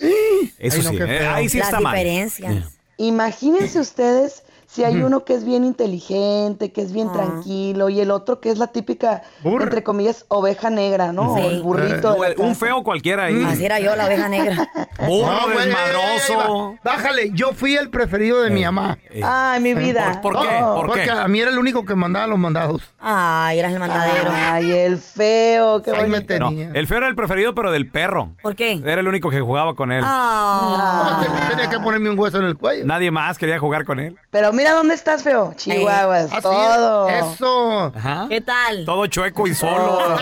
Speaker 1: Eso sí, eh, ahí sí
Speaker 20: Las
Speaker 1: está mal.
Speaker 20: diferencias.
Speaker 1: Yeah.
Speaker 20: Imagínense ustedes si hay
Speaker 1: Ujú.
Speaker 20: uno que es bien inteligente, que es bien
Speaker 2: Ah.
Speaker 20: tranquilo, y el otro que es la típica, entre comillas, oveja negra, ¿no? O el burrito. de la
Speaker 1: Eh, un
Speaker 20: casa.
Speaker 1: feo cualquiera ahí.
Speaker 4: Mm.
Speaker 2: Así era yo, la oveja negra.
Speaker 1: Burro,
Speaker 4: No, güey,
Speaker 1: desmadroso.
Speaker 4: Bájale, yo fui el preferido de mi mamá.
Speaker 20: Ay, mi
Speaker 4: Eh,
Speaker 20: vida.
Speaker 4: ¿Por, por qué?
Speaker 20: Oh.
Speaker 4: Porque a mí era el único que mandaba los mandados.
Speaker 2: Ay, eras el mandadero.
Speaker 20: Ay, el feo, qué
Speaker 4: Ahí me
Speaker 20: bonito.
Speaker 4: tenía.
Speaker 1: El feo era el preferido, pero del perro.
Speaker 2: ¿Por qué? Ah.
Speaker 1: Era el único que jugaba con él.
Speaker 20: Ah,
Speaker 4: Tenía que ponerme un hueso en el cuello.
Speaker 1: Nadie más quería jugar con él.
Speaker 20: Pero mira dónde estás, feo.
Speaker 1: Eh,
Speaker 20: Chihuahuas,
Speaker 4: Así es,
Speaker 20: todo.
Speaker 4: Eso.
Speaker 1: Ajá.
Speaker 2: ¿Qué tal?
Speaker 1: Todo chueco y solo.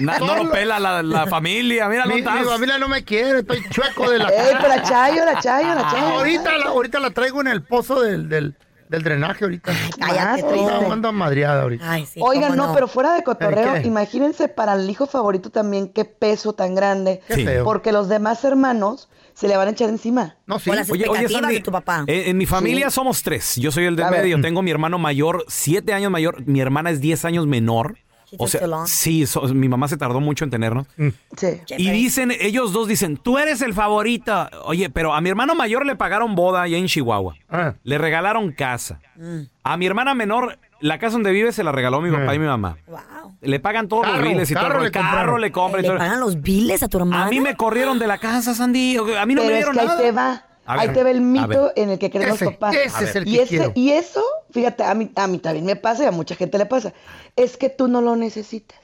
Speaker 1: Na- no lo
Speaker 4: solo.
Speaker 1: pela la, la familia. Mira, no
Speaker 4: mi,
Speaker 1: estás.
Speaker 4: mi familia no me quiere, estoy chueco de la Ah,
Speaker 20: Ey, pero la chayo,
Speaker 1: Ah,
Speaker 20: la chayo, la chayo.
Speaker 4: Ahorita la, ahorita la traigo en el pozo del, del, del drenaje ahorita.
Speaker 20: Cállate,
Speaker 4: Ahorita
Speaker 20: triste.
Speaker 4: ando madreada ahorita.
Speaker 20: Oigan, no, pero fuera de
Speaker 4: ¿Qué?
Speaker 20: cotorreo, imagínense para el hijo favorito también qué peso tan grande.
Speaker 1: Qué Sí. feo.
Speaker 20: Porque los demás hermanos se le van a echar encima.
Speaker 4: No,
Speaker 2: Con las expectativas
Speaker 1: Sandy,
Speaker 2: de tu papá.
Speaker 1: eh, en mi familia somos tres. Yo soy el del
Speaker 2: A ver.
Speaker 1: medio. Tengo mi hermano mayor, siete años mayor. Mi hermana es diez años menor. O
Speaker 2: took
Speaker 1: sea,
Speaker 2: so long.
Speaker 1: sí, so- mi mamá se tardó mucho en tenernos.
Speaker 20: Sí.
Speaker 1: Y dicen, ellos dos dicen, tú eres el favorito. Oye, pero a mi hermano mayor le pagaron boda allá en Chihuahua. Le regalaron casa. A mi hermana menor, la casa donde vive se la regaló mi papá y mi mamá. Le pagan todos los
Speaker 2: Eh. Carro,
Speaker 1: biles y todo.
Speaker 2: carro
Speaker 1: el
Speaker 2: le
Speaker 1: carro
Speaker 2: compraron.
Speaker 1: le compran. y
Speaker 2: ¿Le
Speaker 1: todo.
Speaker 2: pagan los biles a tu hermana?
Speaker 1: A mí me corrieron de la casa, Sandy. A mí no
Speaker 20: Pero
Speaker 1: me
Speaker 20: es
Speaker 1: dieron
Speaker 20: que ahí
Speaker 1: nada.
Speaker 20: te va.
Speaker 1: A ver,
Speaker 20: ahí te va el
Speaker 1: a ver.
Speaker 20: mito en el que queremos
Speaker 1: Ese,
Speaker 20: topar.
Speaker 1: ese es el que
Speaker 20: y, ese-
Speaker 1: quiero.
Speaker 20: y eso, fíjate, a mí, a mí también me pasa y a mucha gente le pasa. Es que tú no lo necesitas.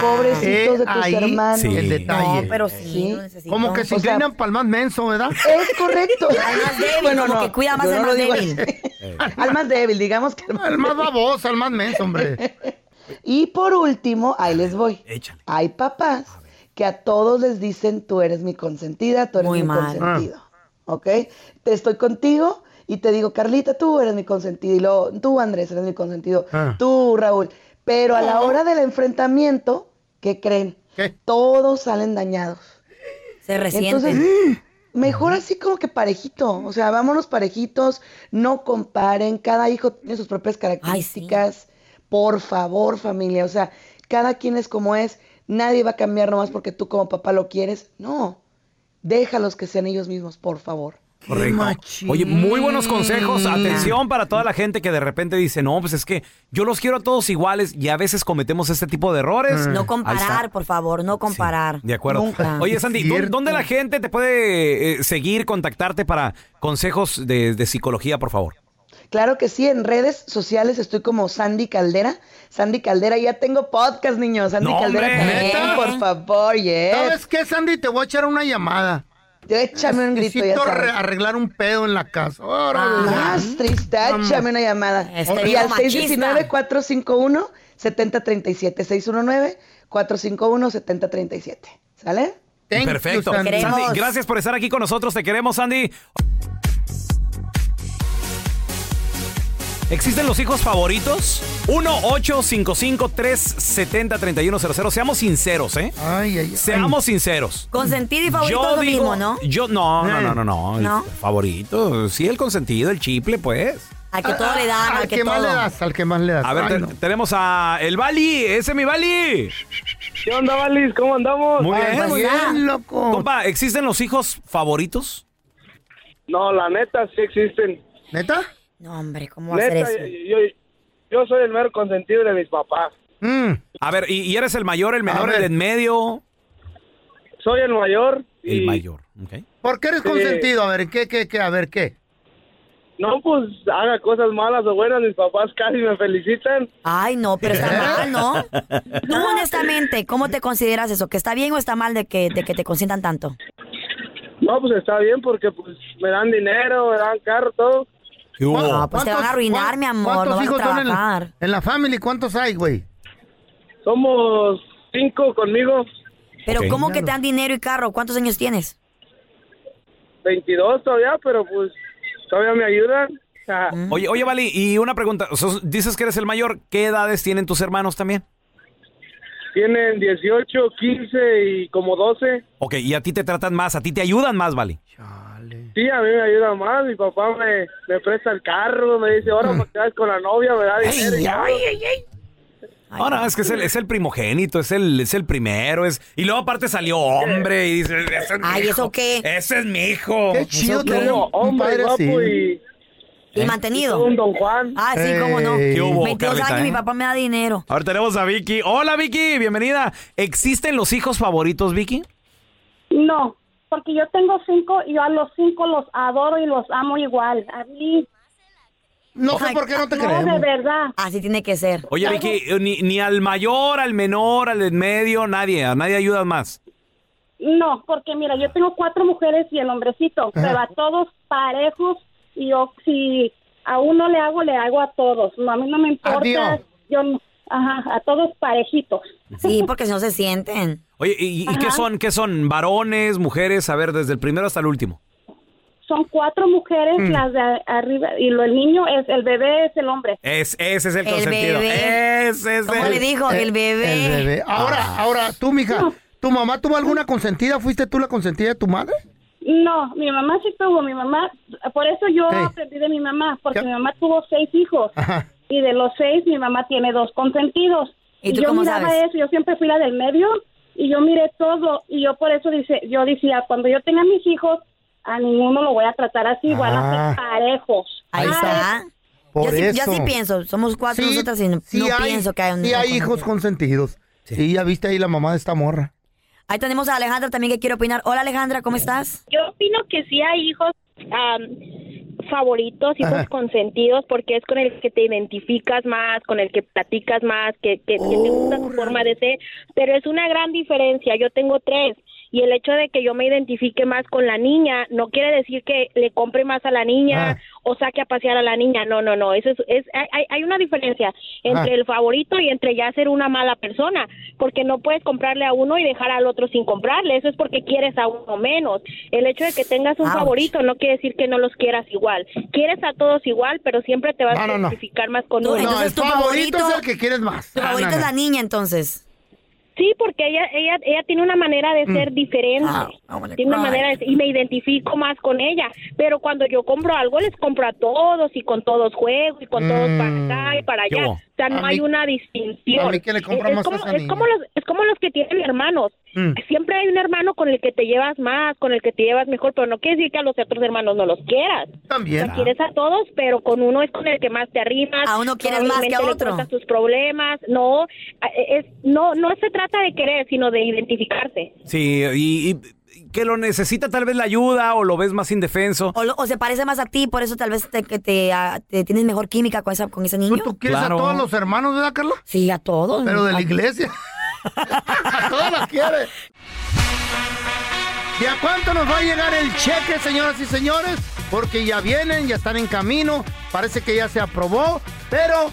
Speaker 20: Pobrecitos
Speaker 4: Eh,
Speaker 20: de tus
Speaker 4: ahí
Speaker 20: hermanos.
Speaker 4: el detalle.
Speaker 20: sí.
Speaker 4: Como que se
Speaker 20: O sea,
Speaker 4: inclinan para el más menso, ¿verdad?
Speaker 20: Es correcto.
Speaker 4: Al más débil, como que cuida más
Speaker 20: yo
Speaker 4: al
Speaker 20: no lo
Speaker 4: más
Speaker 20: digo
Speaker 4: débil.
Speaker 20: así. al más débil, digamos que
Speaker 4: Al más baboso, al más menso, hombre.
Speaker 20: Y por último, ahí les voy. Hay papás que a todos les dicen, tú eres mi consentida, tú eres
Speaker 2: Muy
Speaker 20: mi
Speaker 2: mal.
Speaker 20: consentido. ¿Ok? Te estoy contigo y te digo, Carlita, tú eres mi consentido. Y luego, tú, Andrés, eres mi consentido.
Speaker 2: Ah.
Speaker 20: Tú, Raúl. Pero a
Speaker 4: Oh.
Speaker 20: la hora del enfrentamiento, ¿qué creen? Todos salen dañados.
Speaker 2: Se resienten.
Speaker 20: Entonces, mm, mejor así como que parejito. O sea, vámonos parejitos, no comparen. Cada hijo tiene sus propias características. Por favor, familia. O sea, cada quien es como es. Nadie va a cambiar nomás porque tú como papá lo quieres. No. Déjalos que sean ellos mismos, por favor.
Speaker 1: Correcto. Oye, muy buenos consejos. Atención para toda la gente que de repente dice, no, pues es que yo los quiero a todos iguales y a veces cometemos este tipo de errores.
Speaker 2: Eh. No
Speaker 1: Ahí está.
Speaker 2: comparar, por favor, no comparar.
Speaker 1: De acuerdo.
Speaker 2: Nunca.
Speaker 1: Oye, Sandy, ¿dó- ¿dónde la gente te puede eh, seguir, contactarte para consejos de, de psicología, por favor?
Speaker 20: Claro que sí, en redes sociales estoy como Sandy Caldera. Sandy Caldera, ya tengo podcast, niños. Sandy
Speaker 4: No,
Speaker 20: Caldera
Speaker 4: hombre,
Speaker 20: también,
Speaker 4: ¿neta?
Speaker 20: por favor, yes.
Speaker 4: ¿Sabes qué, Sandy? Te voy a echar una llamada.
Speaker 20: Échame un grito, ya
Speaker 4: Necesito
Speaker 20: sabes. Ah,
Speaker 4: re- arreglar un pedo en la casa. Órale.
Speaker 20: Más triste, échame una llamada.
Speaker 4: Este
Speaker 20: y
Speaker 4: viejo
Speaker 20: al 619-451-7037. 619-451-7037. ¿Sale?
Speaker 1: Perfecto. Sandy,
Speaker 20: Sandy. Queremos.
Speaker 1: gracias por estar aquí con nosotros. Te queremos, Sandy. ¿Existen los hijos favoritos? 1-855-370-3100. Seamos sinceros, ¿eh? Seamos sinceros.
Speaker 2: Consentido y favorito es lo mismo, ¿no?
Speaker 1: Yo, no, no,
Speaker 2: Eh.
Speaker 1: no, no, no. el
Speaker 2: ¿No?
Speaker 1: favorito. Sí, el consentido, el chiple, pues.
Speaker 2: Al que todo le dan, al,
Speaker 4: Al
Speaker 2: que,
Speaker 4: que más
Speaker 2: todo.
Speaker 4: le das, al que más le das.
Speaker 1: A ver,
Speaker 4: Ay,
Speaker 1: te-
Speaker 4: no.
Speaker 1: tenemos a el Bali. Ese es mi Bali.
Speaker 21: ¿Qué onda, Valis? ¿Cómo andamos?
Speaker 1: Muy
Speaker 21: Ah,
Speaker 1: bien, muy
Speaker 21: ¿verdad?
Speaker 1: bien, loco. Compa, ¿existen los hijos favoritos?
Speaker 21: No, la neta sí existen.
Speaker 4: ¿Neta?
Speaker 2: No, hombre, ¿cómo va a ser
Speaker 21: Neta,
Speaker 2: eso?
Speaker 21: yo, yo soy el mero consentido de mis papás.
Speaker 2: Mm.
Speaker 1: A ver, ¿y, y eres el mayor, el menor, el de en medio?
Speaker 21: Soy el mayor.
Speaker 1: El mayor, ok.
Speaker 4: ¿Por qué eres
Speaker 21: Sí. Eh,
Speaker 4: consentido? A ver, ¿qué, qué, qué? A ver, ¿qué?
Speaker 21: No, pues haga cosas malas o buenas, mis papás casi me felicitan.
Speaker 2: Ay, no, pero
Speaker 4: ¿Eh?
Speaker 2: está mal, Ah, ¿no? Tú, honestamente, ¿cómo te consideras eso? ¿Que está bien o está mal de que, de que te consientan tanto?
Speaker 21: No, pues está bien porque pues me dan dinero, me dan carro, todo.
Speaker 2: No, pues te van a arruinar, mi amor. No
Speaker 4: ¿Cuántos
Speaker 2: vas a
Speaker 4: hijos son en,
Speaker 2: trabajar.
Speaker 4: la- en la family? ¿Cuántos hay, güey?
Speaker 21: Somos cinco conmigo.
Speaker 2: Pero
Speaker 4: Ok.
Speaker 2: ¿cómo que te dan dinero y carro? ¿Cuántos años tienes?
Speaker 21: 22 todavía, pero pues todavía me ayudan. Ah,
Speaker 1: Oye, oye, Vali, y una pregunta. Sos- Dices que eres el mayor. ¿Qué edades tienen tus hermanos también?
Speaker 21: Tienen 18, 15 y como 12.
Speaker 1: Ok, y a ti te tratan más, a ti te ayudan más, Vali.
Speaker 21: Sí, a mí me ayuda más. Mi papá me, me presta el carro, me dice, ahora porque vas con la novia, me da dinero. y todo.
Speaker 1: Ahora, es que es el, es el primogénito, es el, es el primero, es... Y luego aparte salió hombre y dices, ese es mi
Speaker 2: Ay,
Speaker 1: hijo,
Speaker 2: ¿eso qué?
Speaker 1: Ese es mi hijo.
Speaker 2: Qué chido ¿Eso qué? tener un
Speaker 21: Hombre, guapo y...
Speaker 2: ¿Y mantenido?
Speaker 21: Un ¿Eh? don Juan.
Speaker 2: Ah, sí, cómo no.
Speaker 1: Ey. ¿Qué hubo,
Speaker 2: 22
Speaker 1: Carlita,
Speaker 2: años
Speaker 1: eh?
Speaker 2: mi papá me da dinero.
Speaker 1: Ahora tenemos a Vicky. Hola, Vicky, bienvenida. ¿Existen los hijos favoritos, Vicky?
Speaker 9: No, porque yo tengo cinco y yo a los cinco los adoro y los amo igual. A mí.
Speaker 4: No
Speaker 1: sé por qué no te
Speaker 9: No, de
Speaker 1: creemos.
Speaker 9: verdad.
Speaker 2: Así tiene que ser.
Speaker 1: Oye, Vicky, eh, ni, ni al mayor, al menor, al en medio, nadie, a nadie ayudas más.
Speaker 9: No, porque mira, yo tengo cuatro mujeres y el hombrecito, pero a todos parejos y yo si a uno le hago, le hago a todos. No, a mí no me importa.
Speaker 2: Adiós.
Speaker 9: Yo, no- ajá, a todos parejitos.
Speaker 2: Sí, porque si no se sienten.
Speaker 1: Oye, ¿y, y- y qué
Speaker 9: Ajá.
Speaker 1: son? ¿Qué son? ¿Varones, mujeres? A ver, desde el primero hasta el último.
Speaker 9: Son cuatro mujeres,
Speaker 1: Mm.
Speaker 9: las de arriba, y lo, el niño es, el bebé es el hombre.
Speaker 1: Es, ese es el,
Speaker 9: El
Speaker 1: consentido.
Speaker 9: bebé.
Speaker 1: Ese es Ah.
Speaker 9: ¿Cómo
Speaker 1: el-
Speaker 9: le dijo? El bebé.
Speaker 4: Eh, El bebé. Ahora, ahora, tú, mija, ¿tu mamá tuvo alguna consentida? ¿Fuiste tú la consentida de tu madre?
Speaker 9: No, mi mamá sí tuvo, mi mamá, por eso yo
Speaker 4: Ey.
Speaker 9: aprendí de mi mamá, porque mi mamá tuvo seis hijos y de los seis mi mamá tiene dos consentidos.
Speaker 2: ¿Y tú
Speaker 9: yo
Speaker 2: cómo
Speaker 9: miraba
Speaker 2: sabes?
Speaker 9: eso, yo siempre fui la del medio y yo miré todo y yo por eso dice, yo decía, cuando yo tenga mis hijos, a ninguno lo voy a tratar así, igual a
Speaker 4: Ah.
Speaker 9: ser parejos.
Speaker 2: Ahí está.
Speaker 4: Por
Speaker 2: ¿ah? yo, sí, yo
Speaker 4: eso.
Speaker 2: sí pienso, somos cuatro
Speaker 4: Sí,
Speaker 2: nosotras y no,
Speaker 4: sí
Speaker 2: no
Speaker 4: hay-
Speaker 2: pienso que hay un
Speaker 4: sí hay hijos consentidos. Sí. ya viste ahí la mamá de esta morra.
Speaker 2: Ahí tenemos a Alejandra también que quiere opinar. Hola Alejandra, ¿cómo estás?
Speaker 22: Yo opino que sí hay hijos am, favoritos, hijos
Speaker 2: Ajá.
Speaker 22: consentidos, porque es con el que te identificas más, con el que platicas más, que, que- que te gusta tu forma de ser, pero es una gran diferencia. Yo tengo tres y el hecho de que yo me identifique más con la niña no quiere decir que le compre más a la niña
Speaker 23: Ah.
Speaker 22: o saque a pasear a la niña. No, no, no. Eso es, es hay- hay, hay una diferencia entre
Speaker 23: Ah.
Speaker 22: el favorito y entre ya ser una mala persona, porque no puedes comprarle a uno y dejar al otro sin comprarle. Eso es porque quieres a uno menos. El hecho de que tengas un
Speaker 23: Ouch.
Speaker 22: favorito no quiere decir que no los quieras igual. Quieres a todos igual, pero siempre te vas
Speaker 4: No,
Speaker 22: a
Speaker 4: no, no.
Speaker 22: identificar más con
Speaker 4: No,
Speaker 22: uno.
Speaker 4: no, el favorito, es el que quieres más.
Speaker 23: Ah,
Speaker 22: tu favorito es la
Speaker 2: niña, entonces.
Speaker 22: Sí, porque ella, ella, ella tiene una manera de ser diferente. tiene una
Speaker 23: cry.
Speaker 22: manera de ser- y me identifico más con ella. Pero cuando yo compro algo, les compro a todos y con todos juego y con todos para acá y para
Speaker 23: Mm. ¿Qué
Speaker 22: allá.
Speaker 23: hubo?
Speaker 22: O sea, no
Speaker 23: A
Speaker 22: hay
Speaker 23: mí-
Speaker 22: una distinción.
Speaker 23: a mí que le compro
Speaker 22: es,
Speaker 23: más
Speaker 22: como,
Speaker 23: cosas a
Speaker 22: es
Speaker 23: mí.
Speaker 22: como los, es como los que tienen hermanos.
Speaker 23: Mm.
Speaker 22: Siempre hay un hermano con el que te llevas más, con el que te llevas mejor, pero no quiere decir que a los otros hermanos no los quieras.
Speaker 4: También.
Speaker 22: O sea, quieres a todos, pero con uno es con el que más te arrimas.
Speaker 2: A uno quieres más que a
Speaker 22: probablemente le
Speaker 2: otro.
Speaker 22: cuentas tus problemas. No, e, es, no, no se trata de querer, sino de identificarse.
Speaker 1: Sí, y, y que lo necesita tal vez la ayuda o lo ves más indefenso.
Speaker 2: O, lo- o se parece más a ti, por eso tal vez te, que te, ah, te tienes mejor química con, esa, con ese niño. ¿Tú,
Speaker 4: ¿Quieres a todos los hermanos, verdad, Carla?
Speaker 2: Sí, a todos.
Speaker 4: Pero de
Speaker 2: A-
Speaker 4: la iglesia. a todos los quieres. ¿Y a cuánto nos va a llegar el cheque, señoras y señores? Porque ya vienen, ya están en camino. Parece que ya se aprobó, pero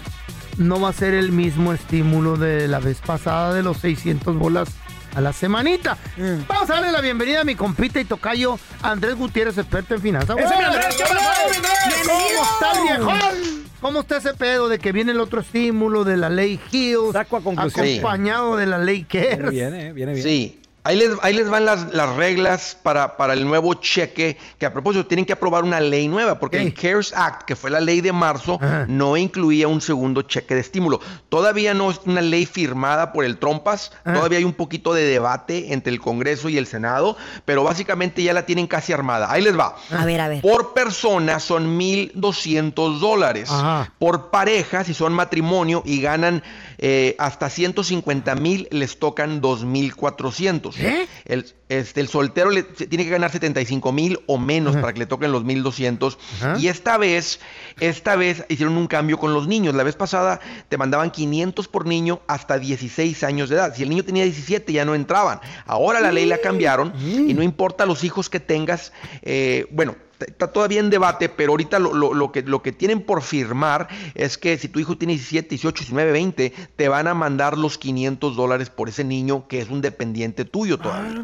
Speaker 4: no va a ser el mismo estímulo de la vez pasada de los 600 bolas a la semanita.
Speaker 7: Mm.
Speaker 4: Vamos a darle la bienvenida a mi compita y tocayo Andrés Gutiérrez, experto en finanzas.
Speaker 7: ¡Ese es mi Andrés! ¿Qué pasó, mi Andrés?
Speaker 4: ¿Cómo está el
Speaker 7: ¡Bienvenido!
Speaker 4: viejón? ¿Cómo está ese pedo de que viene el otro estímulo de la ley Hills?
Speaker 24: conclusión.
Speaker 4: Acompañado de la ley Kerr.
Speaker 7: eh,
Speaker 24: Sí. Ahí les, ahí les van las, las reglas para, para el nuevo cheque, que a propósito tienen que aprobar una ley nueva, porque el CARES Act, que fue la ley de marzo, no incluía un segundo cheque de estímulo. Todavía no es una ley firmada por el Trompas, todavía hay un poquito de debate entre el Congreso y el Senado, pero básicamente ya la tienen casi armada. Ahí les va.
Speaker 2: A ver, a ver.
Speaker 24: Por persona son 1.200 dólares. Por pareja, si son matrimonio y ganan eh, hasta 150 mil, les tocan 2.400. El, este, el soltero le, se- tiene que ganar 75 mil o menos para que le toquen los 1200. Y esta vez, esta vez hicieron un cambio con los niños. La vez pasada te mandaban 500 por niño hasta 16 años de edad. Si el niño tenía 17 ya no entraban. Ahora la ley la cambiaron y no importa los hijos que tengas, eh, bueno, t- está todavía en debate, pero ahorita lo, lo- lo que, lo que tienen por firmar es que si tu hijo tiene 17, 18, 19, 20, te van a mandar los 500 dólares por ese niño que es un dependiente tuyo todavía.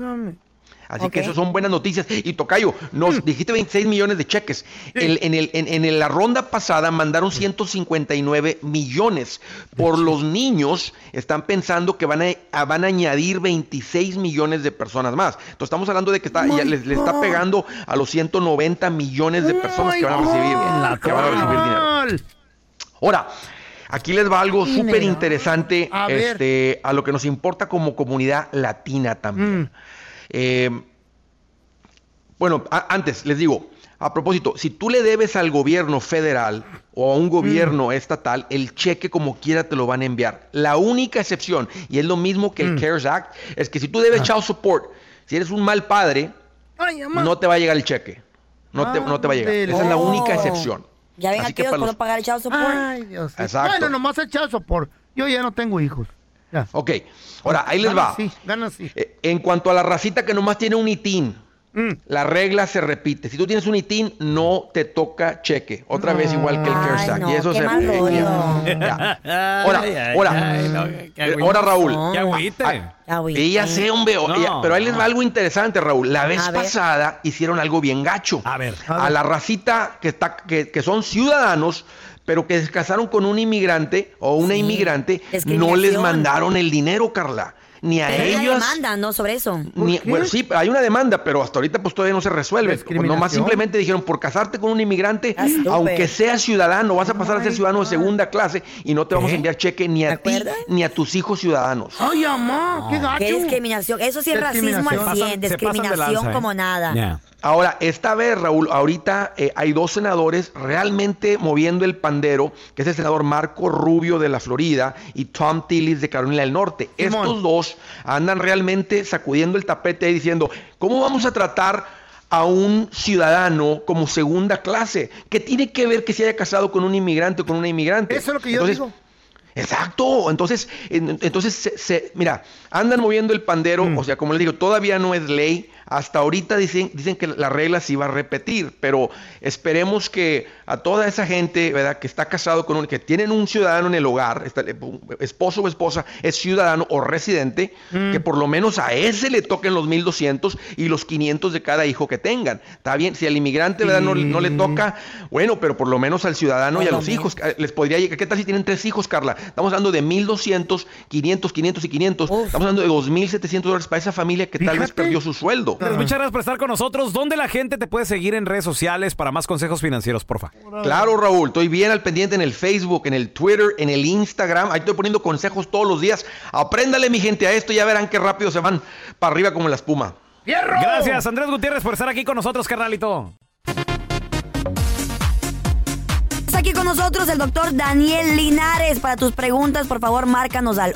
Speaker 24: Así que
Speaker 3: Ok.
Speaker 24: eso son buenas noticias. Y Tocayo, nos dijiste 26 millones de cheques. El- en, el- en- en el- la ronda pasada mandaron 159 millones. Por los niños están pensando que van a, a- van a añadir 26 millones de personas más. Entonces estamos hablando de que está, ya les, les está
Speaker 4: God.
Speaker 24: pegando a los 190 millones de personas que van a recibir, que van a recibir dinero. Ahora, aquí les va algo
Speaker 4: Dinero.
Speaker 24: súper interesante
Speaker 4: A ver.
Speaker 24: este, a lo que nos importa como comunidad latina también.
Speaker 4: Mm.
Speaker 24: Eh, bueno, a- antes les digo, a propósito, si tú le debes al gobierno federal o
Speaker 4: Mm.
Speaker 24: a un gobierno estatal, el cheque como quiera te lo van a enviar. La única excepción, y es lo mismo que
Speaker 4: Mm.
Speaker 24: el CARES Act, es que si tú
Speaker 4: Ah.
Speaker 24: debes child support, si eres un mal padre,
Speaker 4: Ay, mamá.
Speaker 24: no te va a llegar el cheque. No, te, no te va a llegar. Esa es la única excepción.
Speaker 2: Ya ven
Speaker 24: Así que
Speaker 2: aquí
Speaker 24: para
Speaker 2: por
Speaker 24: los-
Speaker 2: no pagar el chavo support.
Speaker 4: Ay, Dios.
Speaker 24: Exacto.
Speaker 4: Bueno, nomás el chazo por. Yo ya no tengo hijos.
Speaker 24: Ok, ahora ahí les
Speaker 4: Gana
Speaker 24: va.
Speaker 4: así, gana así. Mm.
Speaker 24: Eh, En cuanto a la racita que nomás tiene un itín, la regla se repite. Si tú tienes un itín, no te toca cheque. Otra vez
Speaker 2: Mm.
Speaker 24: igual que el CARES Act. y eso se eh, ya. Ahora, ahora, eh, ahora Raúl.
Speaker 1: Mm. ¿Qué agüite?
Speaker 24: ah, Y ya sé, hombre, o-
Speaker 1: No.
Speaker 24: ya- pero ahí les va algo interesante, Raúl. La vez
Speaker 1: A ver.
Speaker 24: pasada hicieron algo bien gacho. A ver. A la racita que, está, que, que son ciudadanos, pero que se casaron con un inmigrante o una inmigrante, no les
Speaker 2: discriminación.
Speaker 24: mandaron el dinero, Carla. Ni a
Speaker 2: Pero ellos
Speaker 24: ellos.
Speaker 2: demandan, ¿no? Sobre eso.
Speaker 24: Ni, bueno, sí, hay una demanda, pero hasta ahorita pues todavía no se resuelve.
Speaker 2: Discriminación.
Speaker 24: Nomás simplemente dijeron, por casarte con un inmigrante, aunque seas ciudadano, vas a pasar a ser ciudadano de segunda clase y no te vamos a enviar cheque ni a ti ni a tus hijos ciudadanos.
Speaker 4: Ay, amor, qué gacho.
Speaker 2: Qué discriminación. Eso sí es racismo al 100,
Speaker 24: ¿eh?
Speaker 2: discriminación como nada.
Speaker 24: Ahora, esta vez, Raúl, ahorita eh, hay dos senadores realmente moviendo el pandero, que es el senador Marco Rubio de la Florida y Tom Tillis de Carolina del Norte. Estos dos andan realmente sacudiendo el tapete y diciendo, ¿cómo vamos a tratar a un ciudadano como segunda clase? ¿Qué tiene que ver que se haya casado con un inmigrante o con una inmigrante? Eso es lo que yo digo. Exacto. Entonces, en- entonces se, se- mira, andan moviendo el pandero,
Speaker 25: Mm.
Speaker 24: o sea, como les digo, todavía no es ley. Hasta ahorita dicen, dicen que la regla se iba a repetir, pero esperemos que a toda esa gente, ¿verdad?, que está casado con un, que tienen un ciudadano en el hogar, está- eh, esposo o esposa, es ciudadano o residente,
Speaker 25: Mm.
Speaker 24: que por lo menos a ese le toquen los 1200 y los 500 de cada hijo que tengan. Está bien, si al inmigrante, ¿verdad?, no, no le toca, bueno, pero por lo menos al ciudadano y a
Speaker 25: Por lo
Speaker 24: los hijos eh, les podría llegar. ¿Qué tal si tienen tres hijos, Carla? Estamos hablando de 1.200, 500, 500 y 500. Estamos hablando de 2.700 dólares para esa familia que tal vez perdió su sueldo.
Speaker 1: Pues, Muchas gracias por estar con nosotros. ¿Dónde la gente te puede seguir en redes sociales para más consejos financieros, porfa?
Speaker 24: Claro, Raúl, estoy bien al pendiente en el Facebook, en el Twitter, en el Instagram. Ahí estoy poniendo consejos todos los días. Apréndale, mi gente, a esto y ya verán qué rápido se van para arriba como la espuma.
Speaker 1: Gracias, Andrés Gutiérrez, por estar aquí con nosotros, carnalito.
Speaker 2: Está aquí con nosotros el doctor Daniel Linares. Para tus preguntas, por favor, márcanos al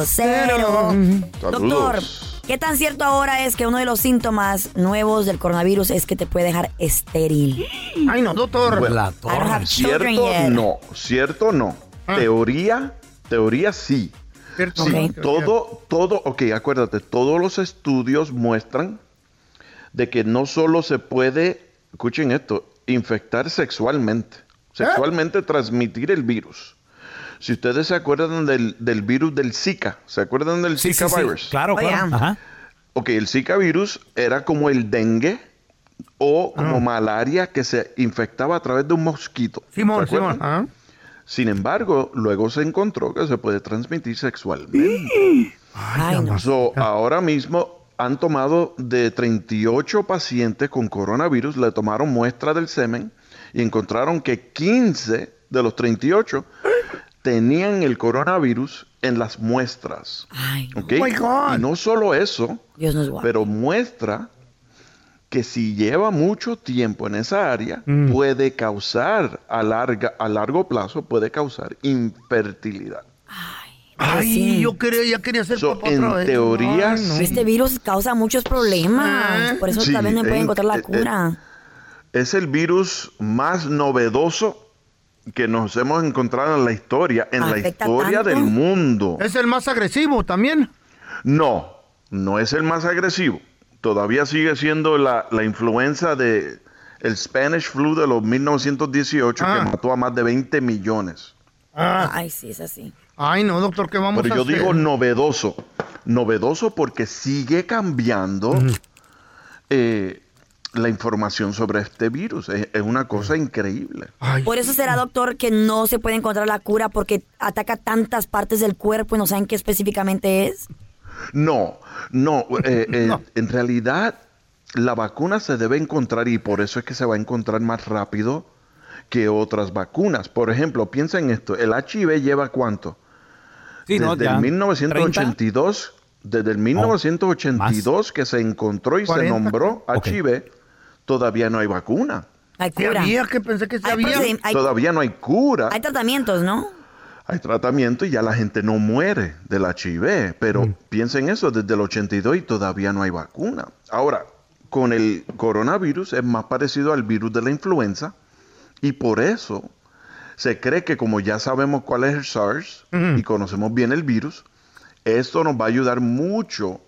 Speaker 2: 1-855-370-3100. Doctor, ¿qué tan cierto ahora es que uno de los síntomas nuevos del coronavirus es que te puede dejar estéril?
Speaker 4: Ay, no, doctor.
Speaker 11: ¿Cierto? No. ¿Cierto? No.
Speaker 1: Ah.
Speaker 11: Teoría, teoría sí. Sí, todo, todo, ok, acuérdate, todos los estudios muestran de que no solo se puede, escuchen esto, infectar
Speaker 1: ¿Eh?
Speaker 11: sexualmente, sexualmente transmitir el virus. Si ustedes se acuerdan del, del virus del Zika, ¿se acuerdan del Zika
Speaker 1: sí, sí.
Speaker 11: virus?
Speaker 1: Claro, claro. Ajá.
Speaker 11: Ok, el Zika virus era como el dengue o
Speaker 4: Ah.
Speaker 11: como malaria que se infectaba a través de un mosquito.
Speaker 4: Simón,
Speaker 11: ¿se acuerdan?
Speaker 4: Simón. ajá.
Speaker 11: Sin embargo, luego se encontró que se puede transmitir sexualmente. So, ahora mismo han tomado de 38 pacientes con coronavirus, le tomaron muestra del semen y encontraron que 15 de los 38 tenían el coronavirus en las muestras. ¿Ok?
Speaker 4: Oh my God.
Speaker 11: Y no solo eso,
Speaker 2: Dios nos
Speaker 11: pero muestra que si lleva mucho tiempo en esa área,
Speaker 4: Mm.
Speaker 11: puede causar a, larga, a largo plazo, puede causar infertilidad.
Speaker 4: Ay,
Speaker 2: sí.
Speaker 4: yo quería, ya quería ser papá otra vez.
Speaker 11: teoría,
Speaker 4: ¿eh? Ay, no. Ah.
Speaker 11: sí.
Speaker 2: Este virus causa muchos problemas. Por eso
Speaker 11: Sí,
Speaker 2: también no pueden
Speaker 11: eh,
Speaker 2: encontrar
Speaker 11: eh,
Speaker 2: la
Speaker 11: eh,
Speaker 2: cura.
Speaker 11: Es el virus más novedoso que nos hemos encontrado en la historia, en la
Speaker 4: ¿Afecta
Speaker 11: historia
Speaker 4: tanto?
Speaker 11: del mundo.
Speaker 4: ¿Es el más agresivo también?
Speaker 11: No, no es el más agresivo. Todavía sigue siendo la, la influenza de el Spanish flu de los 1918
Speaker 4: Ah.
Speaker 11: que mató a más de 20 millones.
Speaker 2: Ay, sí, es así.
Speaker 4: Ay, no, doctor, ¿qué vamos
Speaker 11: Pero
Speaker 4: a
Speaker 11: yo
Speaker 4: hacer?
Speaker 11: digo novedoso. Novedoso porque sigue cambiando eh, la información sobre este virus. Es, es una cosa increíble.
Speaker 2: Por eso será, doctor, que no se puede encontrar la cura porque ataca tantas partes del cuerpo y no saben qué específicamente es.
Speaker 11: No, no, eh, eh, En realidad, la vacuna se debe encontrar y por eso es que se va a encontrar más rápido que otras vacunas. Por ejemplo, piensa en esto. ¿El HIV lleva cuánto?
Speaker 1: Sí,
Speaker 11: desde
Speaker 1: no, ya. Oh,
Speaker 11: el 1982, desde el 1982 que se encontró y se
Speaker 4: 40.
Speaker 11: nombró HIV, todavía no hay vacuna.
Speaker 2: Hay
Speaker 4: Sí
Speaker 2: cura.
Speaker 4: había, que pensé que sí
Speaker 2: Hay
Speaker 4: había.
Speaker 2: procedim- hay-
Speaker 11: Todavía no hay cura.
Speaker 2: hay tratamientos, ¿no?
Speaker 11: Hay tratamiento y ya la gente no muere del HIV, pero
Speaker 4: Mm.
Speaker 11: piensen eso, desde el 82 y todavía no hay vacuna. Ahora, con el coronavirus es más parecido al virus de la influenza y por eso se cree que como ya sabemos cuál es el SARS
Speaker 4: Mm.
Speaker 11: y conocemos bien el virus, esto nos va a ayudar mucho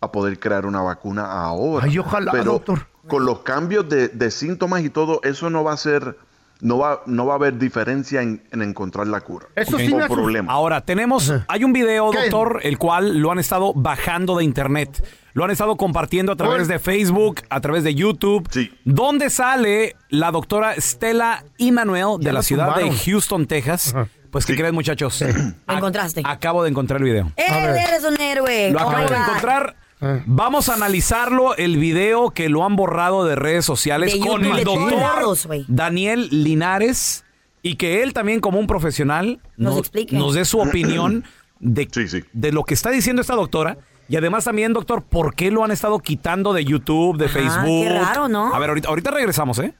Speaker 11: a poder crear una vacuna ahora.
Speaker 4: Ay, ojalá,
Speaker 11: Pero
Speaker 4: doctor.
Speaker 11: con los cambios de, de síntomas y todo, eso no va a ser, no va, no va a haber diferencia en, en encontrar la cura.
Speaker 1: Eso
Speaker 11: O problema.
Speaker 1: Ahora, tenemos, hay un video,
Speaker 11: ¿Qué?
Speaker 1: doctor, el cual lo han estado bajando de internet. Lo han estado compartiendo a través de Facebook, a través de YouTube. Donde sale la doctora Stella Emanuel de
Speaker 6: Ya
Speaker 1: la
Speaker 6: lo
Speaker 1: ciudad
Speaker 6: tumbaron.
Speaker 1: de Houston, Texas. Pues, ¿qué creen, muchachos?
Speaker 2: Lo encontraste.
Speaker 1: Acabo de encontrar el video.
Speaker 2: Eres un héroe.
Speaker 1: Lo
Speaker 2: Oh my
Speaker 1: acabo de
Speaker 2: God.
Speaker 1: encontrar. Vamos a analizarlo, el video que lo han borrado de redes sociales
Speaker 2: De
Speaker 1: con
Speaker 2: YouTube, de
Speaker 1: el
Speaker 2: todos
Speaker 1: doctor
Speaker 2: lados, güey.
Speaker 1: Daniel Linares y que él también como un profesional
Speaker 2: Nos
Speaker 1: nos,
Speaker 2: explique.
Speaker 1: nos dé su opinión de, de lo que está diciendo esta doctora. Y además también, doctor, ¿por qué lo han estado quitando de YouTube, de
Speaker 2: Ajá,
Speaker 1: Facebook?
Speaker 2: qué raro, ¿no?
Speaker 1: A ver, ahorita, ahorita regresamos, ¿eh?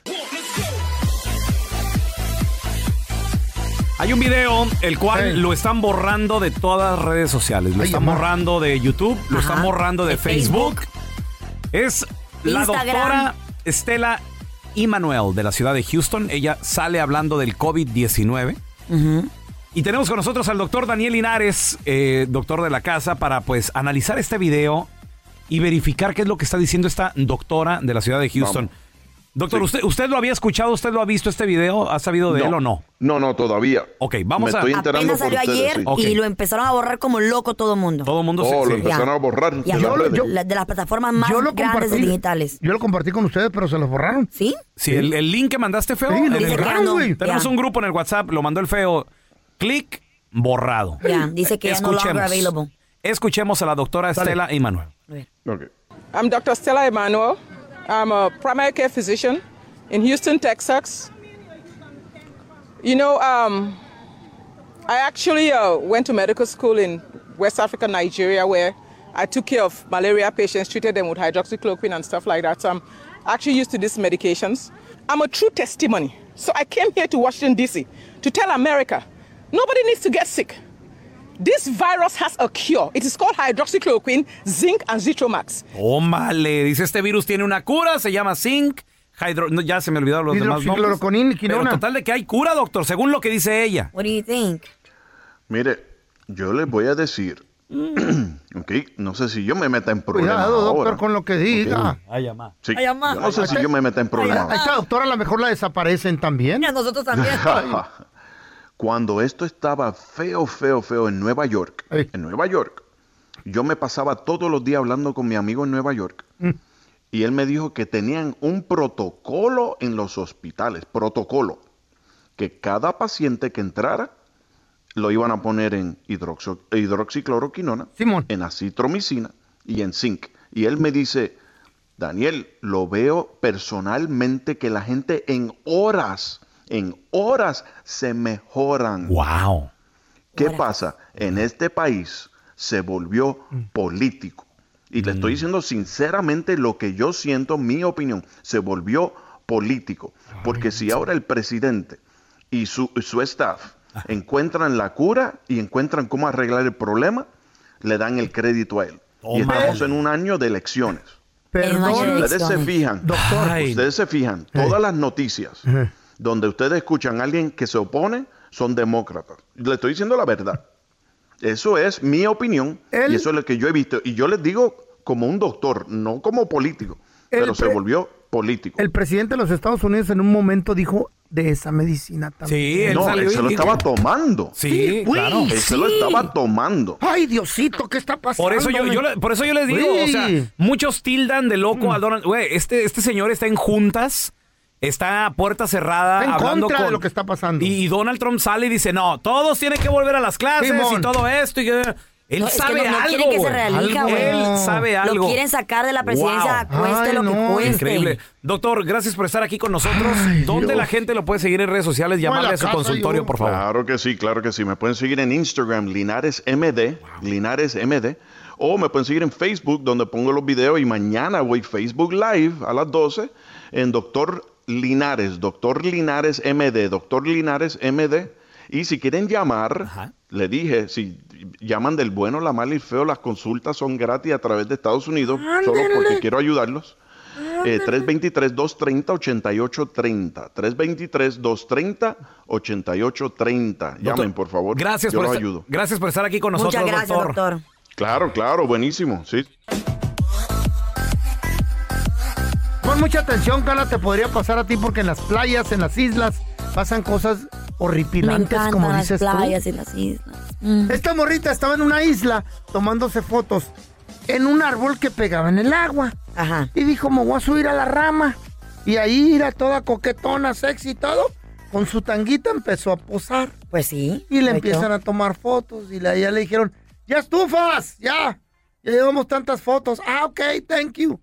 Speaker 1: Hay un video el cual lo están borrando de todas las redes sociales. Lo están borrando de YouTube, lo están borrando de, Facebook. Es la
Speaker 6: Instagram.
Speaker 1: doctora Estela Emanuel de la ciudad de Houston. Ella sale hablando del COVID-19. Y tenemos con nosotros al doctor Daniel Linares, eh, doctor de la casa, para pues analizar este video y verificar qué es lo que está diciendo esta doctora de la ciudad de Houston. Doctor, ¿usted, ¿usted lo había escuchado? ¿Usted lo ha visto este video? ¿Ha sabido de él o no?
Speaker 11: No, no, todavía.
Speaker 1: Ok, vamos
Speaker 11: Me
Speaker 1: a...
Speaker 11: estoy enterando
Speaker 2: Apenas salió ayer y lo em- empezaron a borrar como loco todo el mundo.
Speaker 1: Todo el mundo
Speaker 11: Oh, lo
Speaker 4: empezaron a
Speaker 11: borrar
Speaker 4: de las redes.
Speaker 2: de las plataformas más
Speaker 4: Yo lo
Speaker 2: grandes de
Speaker 4: compartí.
Speaker 2: digitales.
Speaker 4: Yo lo compartí con ustedes, pero se los borraron.
Speaker 2: ¿Sí?
Speaker 1: Sí, el, el link que mandaste feo.
Speaker 4: Sí,
Speaker 1: en
Speaker 4: lo
Speaker 1: el
Speaker 4: borraron,
Speaker 1: grupo.
Speaker 4: güey.
Speaker 1: Tenemos
Speaker 2: Ya.
Speaker 1: un grupo en el WhatsApp, lo mandó el feo. Clic, borrado.
Speaker 2: Ya, dice que ya no longer available.
Speaker 1: Escuchemos a la doctora Estela Emanuel.
Speaker 3: I'm Dr. Stella Emanuel. I'm a primary care physician in Houston, Texas. You know, um, I actually uh, went to medical school in West Africa, Nigeria, where I took care of malaria patients, treated them with hydroxychloroquine and stuff like that. So I'm actually used to these medications. I'm a true testimony. So I came here to Washington, D.C. to tell America nobody needs to get sick. This virus has a cure. It is called hydroxychloroquine, zinc, and zitromax.
Speaker 1: Tómale, dice este virus tiene una cura, se llama zinc. hidro- no, ya se me olvidaron los demás nombres.
Speaker 4: Hidroxicloroconina y
Speaker 1: Pero
Speaker 4: quinona.
Speaker 1: total de que hay cura, doctor, según lo que dice ella.
Speaker 2: What do you think?
Speaker 11: Mire, yo les voy a decir, ok, no sé si yo me meta en problemas
Speaker 4: Mm. Cuidado, doctor,
Speaker 11: ahora.
Speaker 4: con lo que diga.
Speaker 11: Ok. Sí,
Speaker 4: Ay, amá.
Speaker 11: yo no sé si yo me meta en
Speaker 4: A
Speaker 11: problemas.
Speaker 4: esta doctora a lo mejor la desaparecen también.
Speaker 2: A nosotros
Speaker 11: Cuando esto estaba feo, feo, feo en Nueva York, en Nueva York, yo me pasaba todos los días hablando con mi amigo en Nueva York y él me dijo que tenían un protocolo en los hospitales, protocolo, que cada paciente que entrara lo iban a poner en hidroxo- hidroxicloroquinona, en acitromicina y en zinc. Y él me dice, Daniel, lo veo personalmente que la gente en horas, en horas se mejoran.
Speaker 1: Wow.
Speaker 11: ¿Qué pasa? En este país se volvió político. Y le estoy diciendo sinceramente lo que yo siento, mi opinión, se volvió político. Porque si ahora el presidente y su, su staff encuentran la cura y encuentran cómo arreglar el problema, le dan el crédito a él. y
Speaker 5: Tómala.
Speaker 11: estamos en un año de elecciones.
Speaker 5: Perdón.
Speaker 11: ustedes se
Speaker 5: Elecciones.
Speaker 11: fijan, ustedes se fijan,
Speaker 4: Eh.
Speaker 11: todas las noticias donde ustedes escuchan a alguien que se opone son demócratas. Le estoy diciendo la verdad. Eso es mi opinión y eso es lo que yo he visto. Y yo les digo como un doctor, no como político,
Speaker 4: El
Speaker 11: pero se
Speaker 4: pre-
Speaker 11: volvió político.
Speaker 4: El presidente de los Estados Unidos en un momento dijo de esa medicina también.
Speaker 11: no, él se lo estaba tomando.
Speaker 4: Sí, güey, claro.
Speaker 11: Él se lo
Speaker 4: sí.
Speaker 11: estaba tomando.
Speaker 4: Ay, Diosito, ¿qué está pasando?
Speaker 1: Por eso yo, yo le- por eso yo les digo, o sea, muchos tildan de
Speaker 4: Mm.
Speaker 1: loco a Donald. Güey, este, este señor está en juntas, está a puerta cerrada,
Speaker 4: Está en
Speaker 1: hablando
Speaker 4: contra de
Speaker 1: con-
Speaker 4: lo que está pasando.
Speaker 1: Y Donald Trump sale y dice, no, todos tienen que volver a las clases
Speaker 4: Simón.
Speaker 1: y todo esto. Y, que- él
Speaker 2: No, es que
Speaker 1: sabe
Speaker 2: no- no
Speaker 1: algo.
Speaker 2: quieren que se
Speaker 1: güey.
Speaker 2: realija,
Speaker 1: Algo-
Speaker 2: güey.
Speaker 1: Él sabe algo.
Speaker 2: Lo quieren sacar de la presidencia,
Speaker 1: Wow.
Speaker 2: cueste lo que cueste.
Speaker 1: Increíble. Doctor, gracias por estar aquí con nosotros. ¿Dónde
Speaker 11: Dios.
Speaker 1: la gente lo puede seguir en redes sociales? Llamarle a su consultorio, por favor.
Speaker 11: Claro que sí, claro que sí. Me pueden seguir en Instagram, Linares MD, Linares MD, o me pueden seguir en Facebook, donde pongo los videos y mañana voy Facebook Live a las 12 en Doctor Linares, Doctor Linares MD, Doctor Linares MD. Y si quieren llamar, le dije, si llaman del bueno, la mala y el feo, las consultas son gratis a través de Estados Unidos, solo porque quiero ayudarlos.
Speaker 1: Ah.
Speaker 11: Eh, 323-230-8830. 323-230-8830. Llamen, por favor.
Speaker 1: Gracias
Speaker 11: Yo
Speaker 1: por,
Speaker 11: los
Speaker 1: estar,
Speaker 11: ayudo.
Speaker 1: gracias por estar aquí con nosotros, doctor.
Speaker 11: Claro, claro, buenísimo. Sí.
Speaker 4: Pon mucha atención, Carla, te podría pasar a ti porque en las playas, en las islas, pasan cosas horripilantes,
Speaker 2: encantan
Speaker 4: como
Speaker 2: las
Speaker 4: dices
Speaker 2: playas
Speaker 4: tú.
Speaker 2: y las islas.
Speaker 4: Esta morrita estaba en una isla tomándose fotos en un árbol que pegaba en el agua.
Speaker 2: Ajá.
Speaker 4: Y dijo, me voy a subir a la rama. Y ahí era toda coquetona, sexy y todo. Con su tanguita empezó a posar.
Speaker 2: Pues sí.
Speaker 4: Y le
Speaker 2: de
Speaker 4: empiezan
Speaker 2: hecho.
Speaker 4: a tomar fotos. Y la- ya le dijeron, ya estufas, ya. Ya llevamos tantas fotos. Ah, ok, thank you.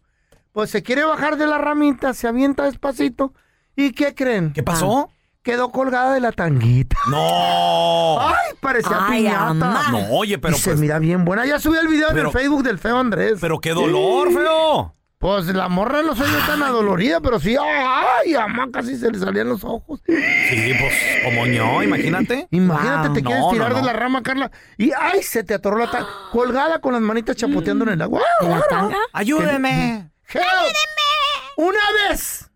Speaker 4: Pues se quiere bajar de la ramita, se avienta despacito. ¿Y qué creen? ¿Qué
Speaker 1: pasó?
Speaker 4: Quedó colgada de la tanguita.
Speaker 1: ¡No!
Speaker 4: ¡Ay, parecía
Speaker 1: Ay,
Speaker 4: piñata!
Speaker 1: amá. No, oye, pero
Speaker 4: Y se
Speaker 1: pues-
Speaker 4: mira bien buena. Ya subí el video en
Speaker 1: Pero-
Speaker 4: el Facebook del feo Andrés.
Speaker 1: Pero qué dolor, feo.
Speaker 4: Pues la morra no se vio tan adolorida, pero sí, ay, mamá, casi se le salían los ojos.
Speaker 1: Sí, pues, como no, imagínate.
Speaker 4: Imagínate, te
Speaker 1: No,
Speaker 4: quieres
Speaker 1: no,
Speaker 4: tirar
Speaker 1: no.
Speaker 4: de la rama, Carla, y ay, se te atoró la tanga, colgada con las manitas chapoteando en el agua.
Speaker 2: Mm,
Speaker 4: ¡Ah, ah, ah!
Speaker 1: Ayúdeme.
Speaker 4: Que- Help. Una vez.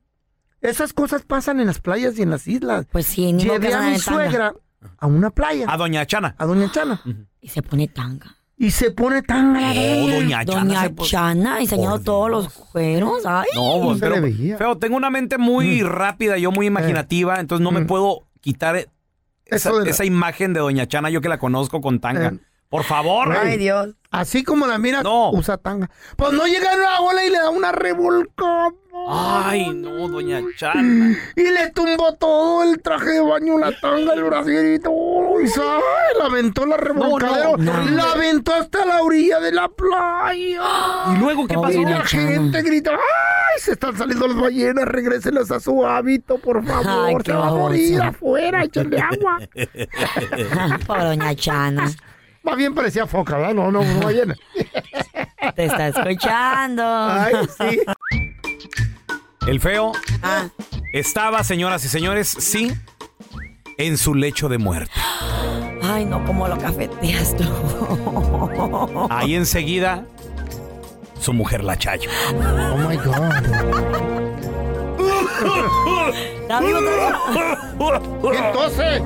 Speaker 4: Esas cosas pasan en las playas y en las islas.
Speaker 2: Pues sí, ni modo que
Speaker 4: Llevé a
Speaker 2: andan
Speaker 4: mi
Speaker 2: en tanga.
Speaker 4: suegra a una playa.
Speaker 1: A Doña Chana.
Speaker 4: A Doña Chana.
Speaker 2: Y se pone tanga.
Speaker 4: Y se pone tanga la
Speaker 1: Oh,
Speaker 4: vieja.
Speaker 1: Doña Chana se
Speaker 2: Doña
Speaker 1: pone-
Speaker 2: Chana, enseñando todos los cueros. Ay.
Speaker 1: No, pues, pero- feo, tengo una mente muy
Speaker 2: Mm.
Speaker 1: rápida, yo
Speaker 4: Eh.
Speaker 1: muy imaginativa, entonces no me puedo quitar e- esa,
Speaker 4: Mm. Eso de la-
Speaker 1: esa imagen de Doña Chana, yo que la conozco con tanga.
Speaker 4: Eh.
Speaker 1: Por favor.
Speaker 4: Ay,
Speaker 2: Dios.
Speaker 4: Así como la miras, usa tanga. Pues no llega a la ola y le da una revolcada.
Speaker 1: Ay, no, Doña Chana.
Speaker 4: Y le tumbó todo el traje de baño, la tanga, el brasilito. Y sabe, la aventó la revolcadera.
Speaker 5: no, no.
Speaker 4: La aventó hasta la orilla de la playa.
Speaker 1: ¿Y luego
Speaker 5: qué pasó?
Speaker 4: Y la gente grita, ¡ay! Se están saliendo las ballenas, regrésenlas a su hábito, por favor.
Speaker 2: Ay, qué
Speaker 4: se va a morir
Speaker 2: babosa.
Speaker 4: afuera, échenle agua.
Speaker 2: Por Doña Chana.
Speaker 4: Más bien parecía foca, ¿verdad? No, no, no ballena.
Speaker 2: Te está escuchando. Ay,
Speaker 4: sí.
Speaker 1: El feo
Speaker 2: Ah.
Speaker 1: estaba, señoras y señores, sí, en su lecho de muerte.
Speaker 2: Ay, no, como lo cafeteas tú.
Speaker 1: Ahí enseguida, su mujer la chayo.
Speaker 4: Oh my God.
Speaker 2: ¿Está vivo
Speaker 4: Entonces.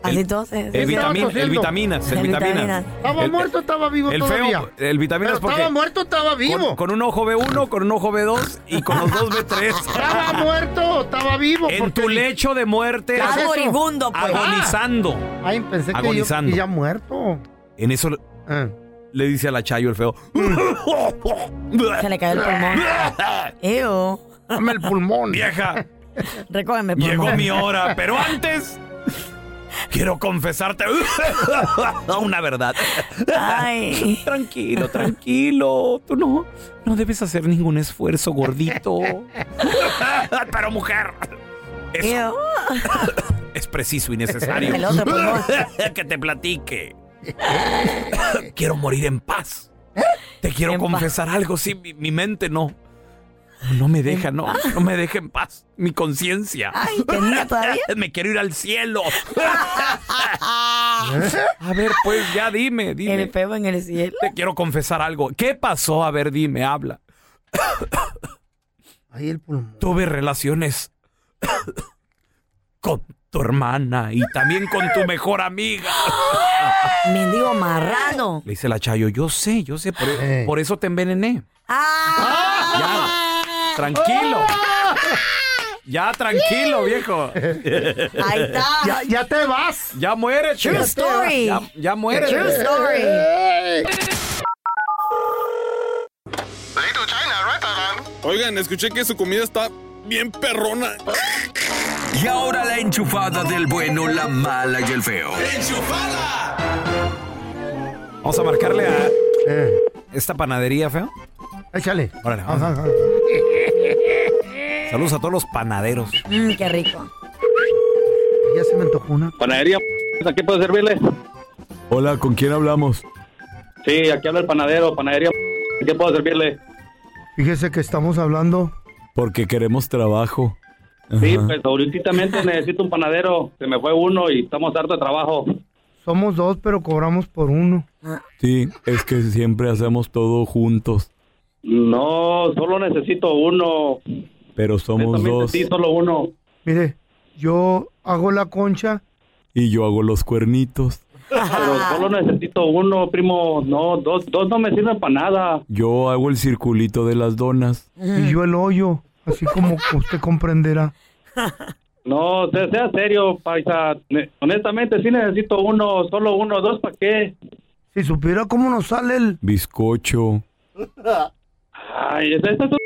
Speaker 2: Así entonces.
Speaker 1: El, vitamina, el vitaminas, el, vitaminas.
Speaker 4: Estaba
Speaker 1: El-
Speaker 4: muerto, estaba vivo
Speaker 1: El
Speaker 4: todavía.
Speaker 1: feo, el vitaminas
Speaker 4: Pero
Speaker 1: porque
Speaker 4: estaba muerto, estaba
Speaker 1: Con,
Speaker 4: vivo.
Speaker 1: con un ojo ve uno, con un ojo ve dos y con los dos ve tres.
Speaker 4: Estaba muerto, o estaba vivo.
Speaker 1: En tu lecho de muerte,
Speaker 4: ¿Qué es eso? Moribundo, pues.
Speaker 1: agonizando.
Speaker 4: Ay, pensé que, yo,
Speaker 1: Agonizando.
Speaker 4: que ya muerto.
Speaker 1: En eso le-
Speaker 4: Ah.
Speaker 1: le dice a la Chayo el feo.
Speaker 2: Se le cayó el pulmón. Eo.
Speaker 4: Dame el pulmón.
Speaker 1: Vieja,
Speaker 2: Recógeme el pulmón.
Speaker 1: llegó mi hora, pero antes quiero confesarte una verdad.
Speaker 2: Ay.
Speaker 1: Tranquilo, tranquilo. Tú no, no debes hacer ningún esfuerzo, gordito. Pero mujer. Es, es preciso y necesario
Speaker 5: El otro, pues, por
Speaker 1: que te platique. Quiero morir en paz. Te quiero confesar algo, sí, mi, mi mente no. No me deja, no, no me deja en paz. Mi conciencia.
Speaker 2: ¿tenía todavía?
Speaker 1: Me quiero ir al cielo. A ver, pues ya dime, dime.
Speaker 2: El peo en el cielo.
Speaker 1: Te quiero confesar algo. ¿Qué pasó? A ver, dime, habla.
Speaker 4: Ahí el pulmón.
Speaker 1: Tuve relaciones con tu hermana y también con tu mejor amiga.
Speaker 2: Mendigo marrano.
Speaker 1: Le dice la Chayo, yo sé, yo sé, por, e-,
Speaker 4: Eh.
Speaker 1: por eso te envenené.
Speaker 2: Ah.
Speaker 1: Ya, tranquilo.
Speaker 4: Oh.
Speaker 1: Ya, tranquilo, viejo.
Speaker 2: Ahí está.
Speaker 4: Ya, ya te vas.
Speaker 1: Ya muere,
Speaker 2: True story.
Speaker 1: Ya, ya muere.
Speaker 2: True story.
Speaker 12: Oigan, escuché que su comida está bien perrona.
Speaker 10: Y ahora la enchufada del bueno, la mala y el feo.
Speaker 1: Vamos a marcarle a esta panadería, feo.
Speaker 4: Eh. Échale.
Speaker 1: Órale, vamos. Saludos a todos los panaderos.
Speaker 2: Mmm, qué rico.
Speaker 4: Ya se me antojó una.
Speaker 12: Panadería, ¿a qué puedo servirle?
Speaker 1: Hola, ¿con quién hablamos?
Speaker 12: Sí, aquí habla el panadero, panadería, ¿a qué puedo servirle?
Speaker 4: Fíjese que estamos hablando.
Speaker 1: Porque queremos trabajo.
Speaker 12: Sí, pues ahorita necesito un panadero, se me fue uno y estamos harto de trabajo.
Speaker 4: Somos dos, pero cobramos por uno.
Speaker 2: Ah.
Speaker 1: Sí, es que siempre hacemos todo juntos,
Speaker 12: No, solo necesito uno.
Speaker 2: Pues
Speaker 1: pero somos
Speaker 12: Netamente
Speaker 1: dos
Speaker 12: Sí, solo uno.
Speaker 4: Mire, yo hago la concha.
Speaker 1: y yo hago los cuernitos.
Speaker 12: Pero solo necesito uno, primo. No, dos, dos no me sirven para nada.
Speaker 1: Yo hago el circulito de las donas.
Speaker 2: Mm.
Speaker 4: Y yo el hoyo, así como usted comprenderá.
Speaker 12: No, sea, sea serio, paisa. Ne- Honestamente, sí necesito uno, solo uno, dos, ¿para qué?
Speaker 4: Si supiera cómo nos sale el...
Speaker 1: Bizcocho.
Speaker 12: Ay, es, es- es un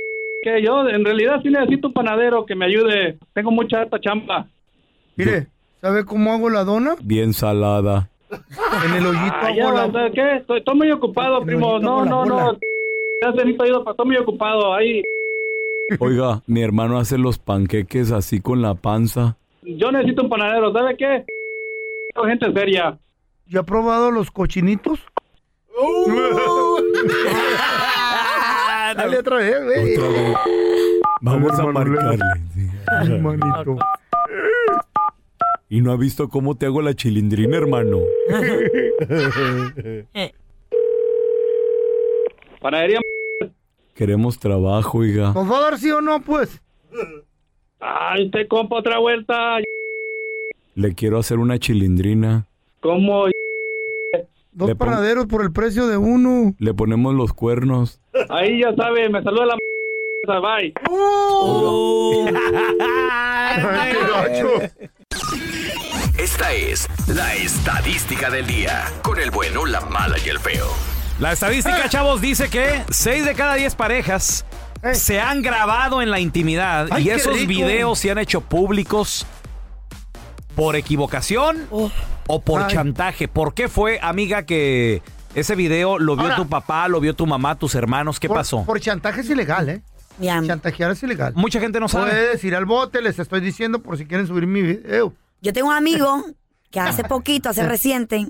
Speaker 12: que yo en realidad sí necesito un panadero que me ayude. Tengo mucha harta chamba.
Speaker 4: Mire, ¿sabe cómo hago la dona?
Speaker 1: Bien salada.
Speaker 4: En el hoyito
Speaker 12: Ay, ya,
Speaker 4: hago la...
Speaker 12: ¿sabes ¿qué? Estoy, estoy muy ocupado, primo. No,
Speaker 4: con la
Speaker 12: no,
Speaker 4: bola.
Speaker 12: no. Ya se necesito ayuda, pa- estoy muy ocupado. Ahí,
Speaker 1: Oiga, mi hermano hace los panqueques así con la panza.
Speaker 12: yo necesito un panadero, ¿sabe qué? Tengo gente seria.
Speaker 4: ¿Ya ha probado los cochinitos?
Speaker 1: Ah,
Speaker 4: Dale otra vez, güey.
Speaker 1: Vamos a marcarle.
Speaker 4: Ay, manito.
Speaker 1: Y no ha visto cómo te hago la chilindrina, hermano.
Speaker 12: Panadería.
Speaker 1: Queremos trabajo, oiga.
Speaker 4: ¿Nos va a dar sí o no, pues?
Speaker 12: Ay, usted compa otra vuelta.
Speaker 1: Le quiero hacer una chilindrina.
Speaker 12: ¿Cómo?
Speaker 4: Dos
Speaker 1: Le pon-
Speaker 4: panaderos por el precio de uno.
Speaker 1: Le ponemos los cuernos.
Speaker 12: Ahí ya sabe, me saluda la m****, bye.
Speaker 4: ¡Uh!
Speaker 10: Esta es la estadística del día con el bueno, la mala y el feo.
Speaker 1: La
Speaker 4: Ah.
Speaker 1: estadística, chavos, dice que 6 de cada 10 parejas se han grabado en la intimidad
Speaker 4: Eh. Ay,
Speaker 1: y
Speaker 4: qué
Speaker 1: esos
Speaker 4: rico.
Speaker 1: videos se han hecho públicos por equivocación o por
Speaker 4: Oh. Ay.
Speaker 1: chantaje. ¿Por qué fue, amiga, que ese video lo vio
Speaker 4: Ahora-
Speaker 1: tu papá, lo vio tu mamá, tus hermanos? ¿Qué
Speaker 4: Por-
Speaker 1: pasó?
Speaker 4: Por chantaje es ilegal, ¿eh? Chantajear es ilegal.
Speaker 1: Mucha gente no sabe.
Speaker 4: Puedes ir al bote, les estoy diciendo por si quieren subir mi video.
Speaker 2: Yo tengo un amigo que hace poquito, hace reciente,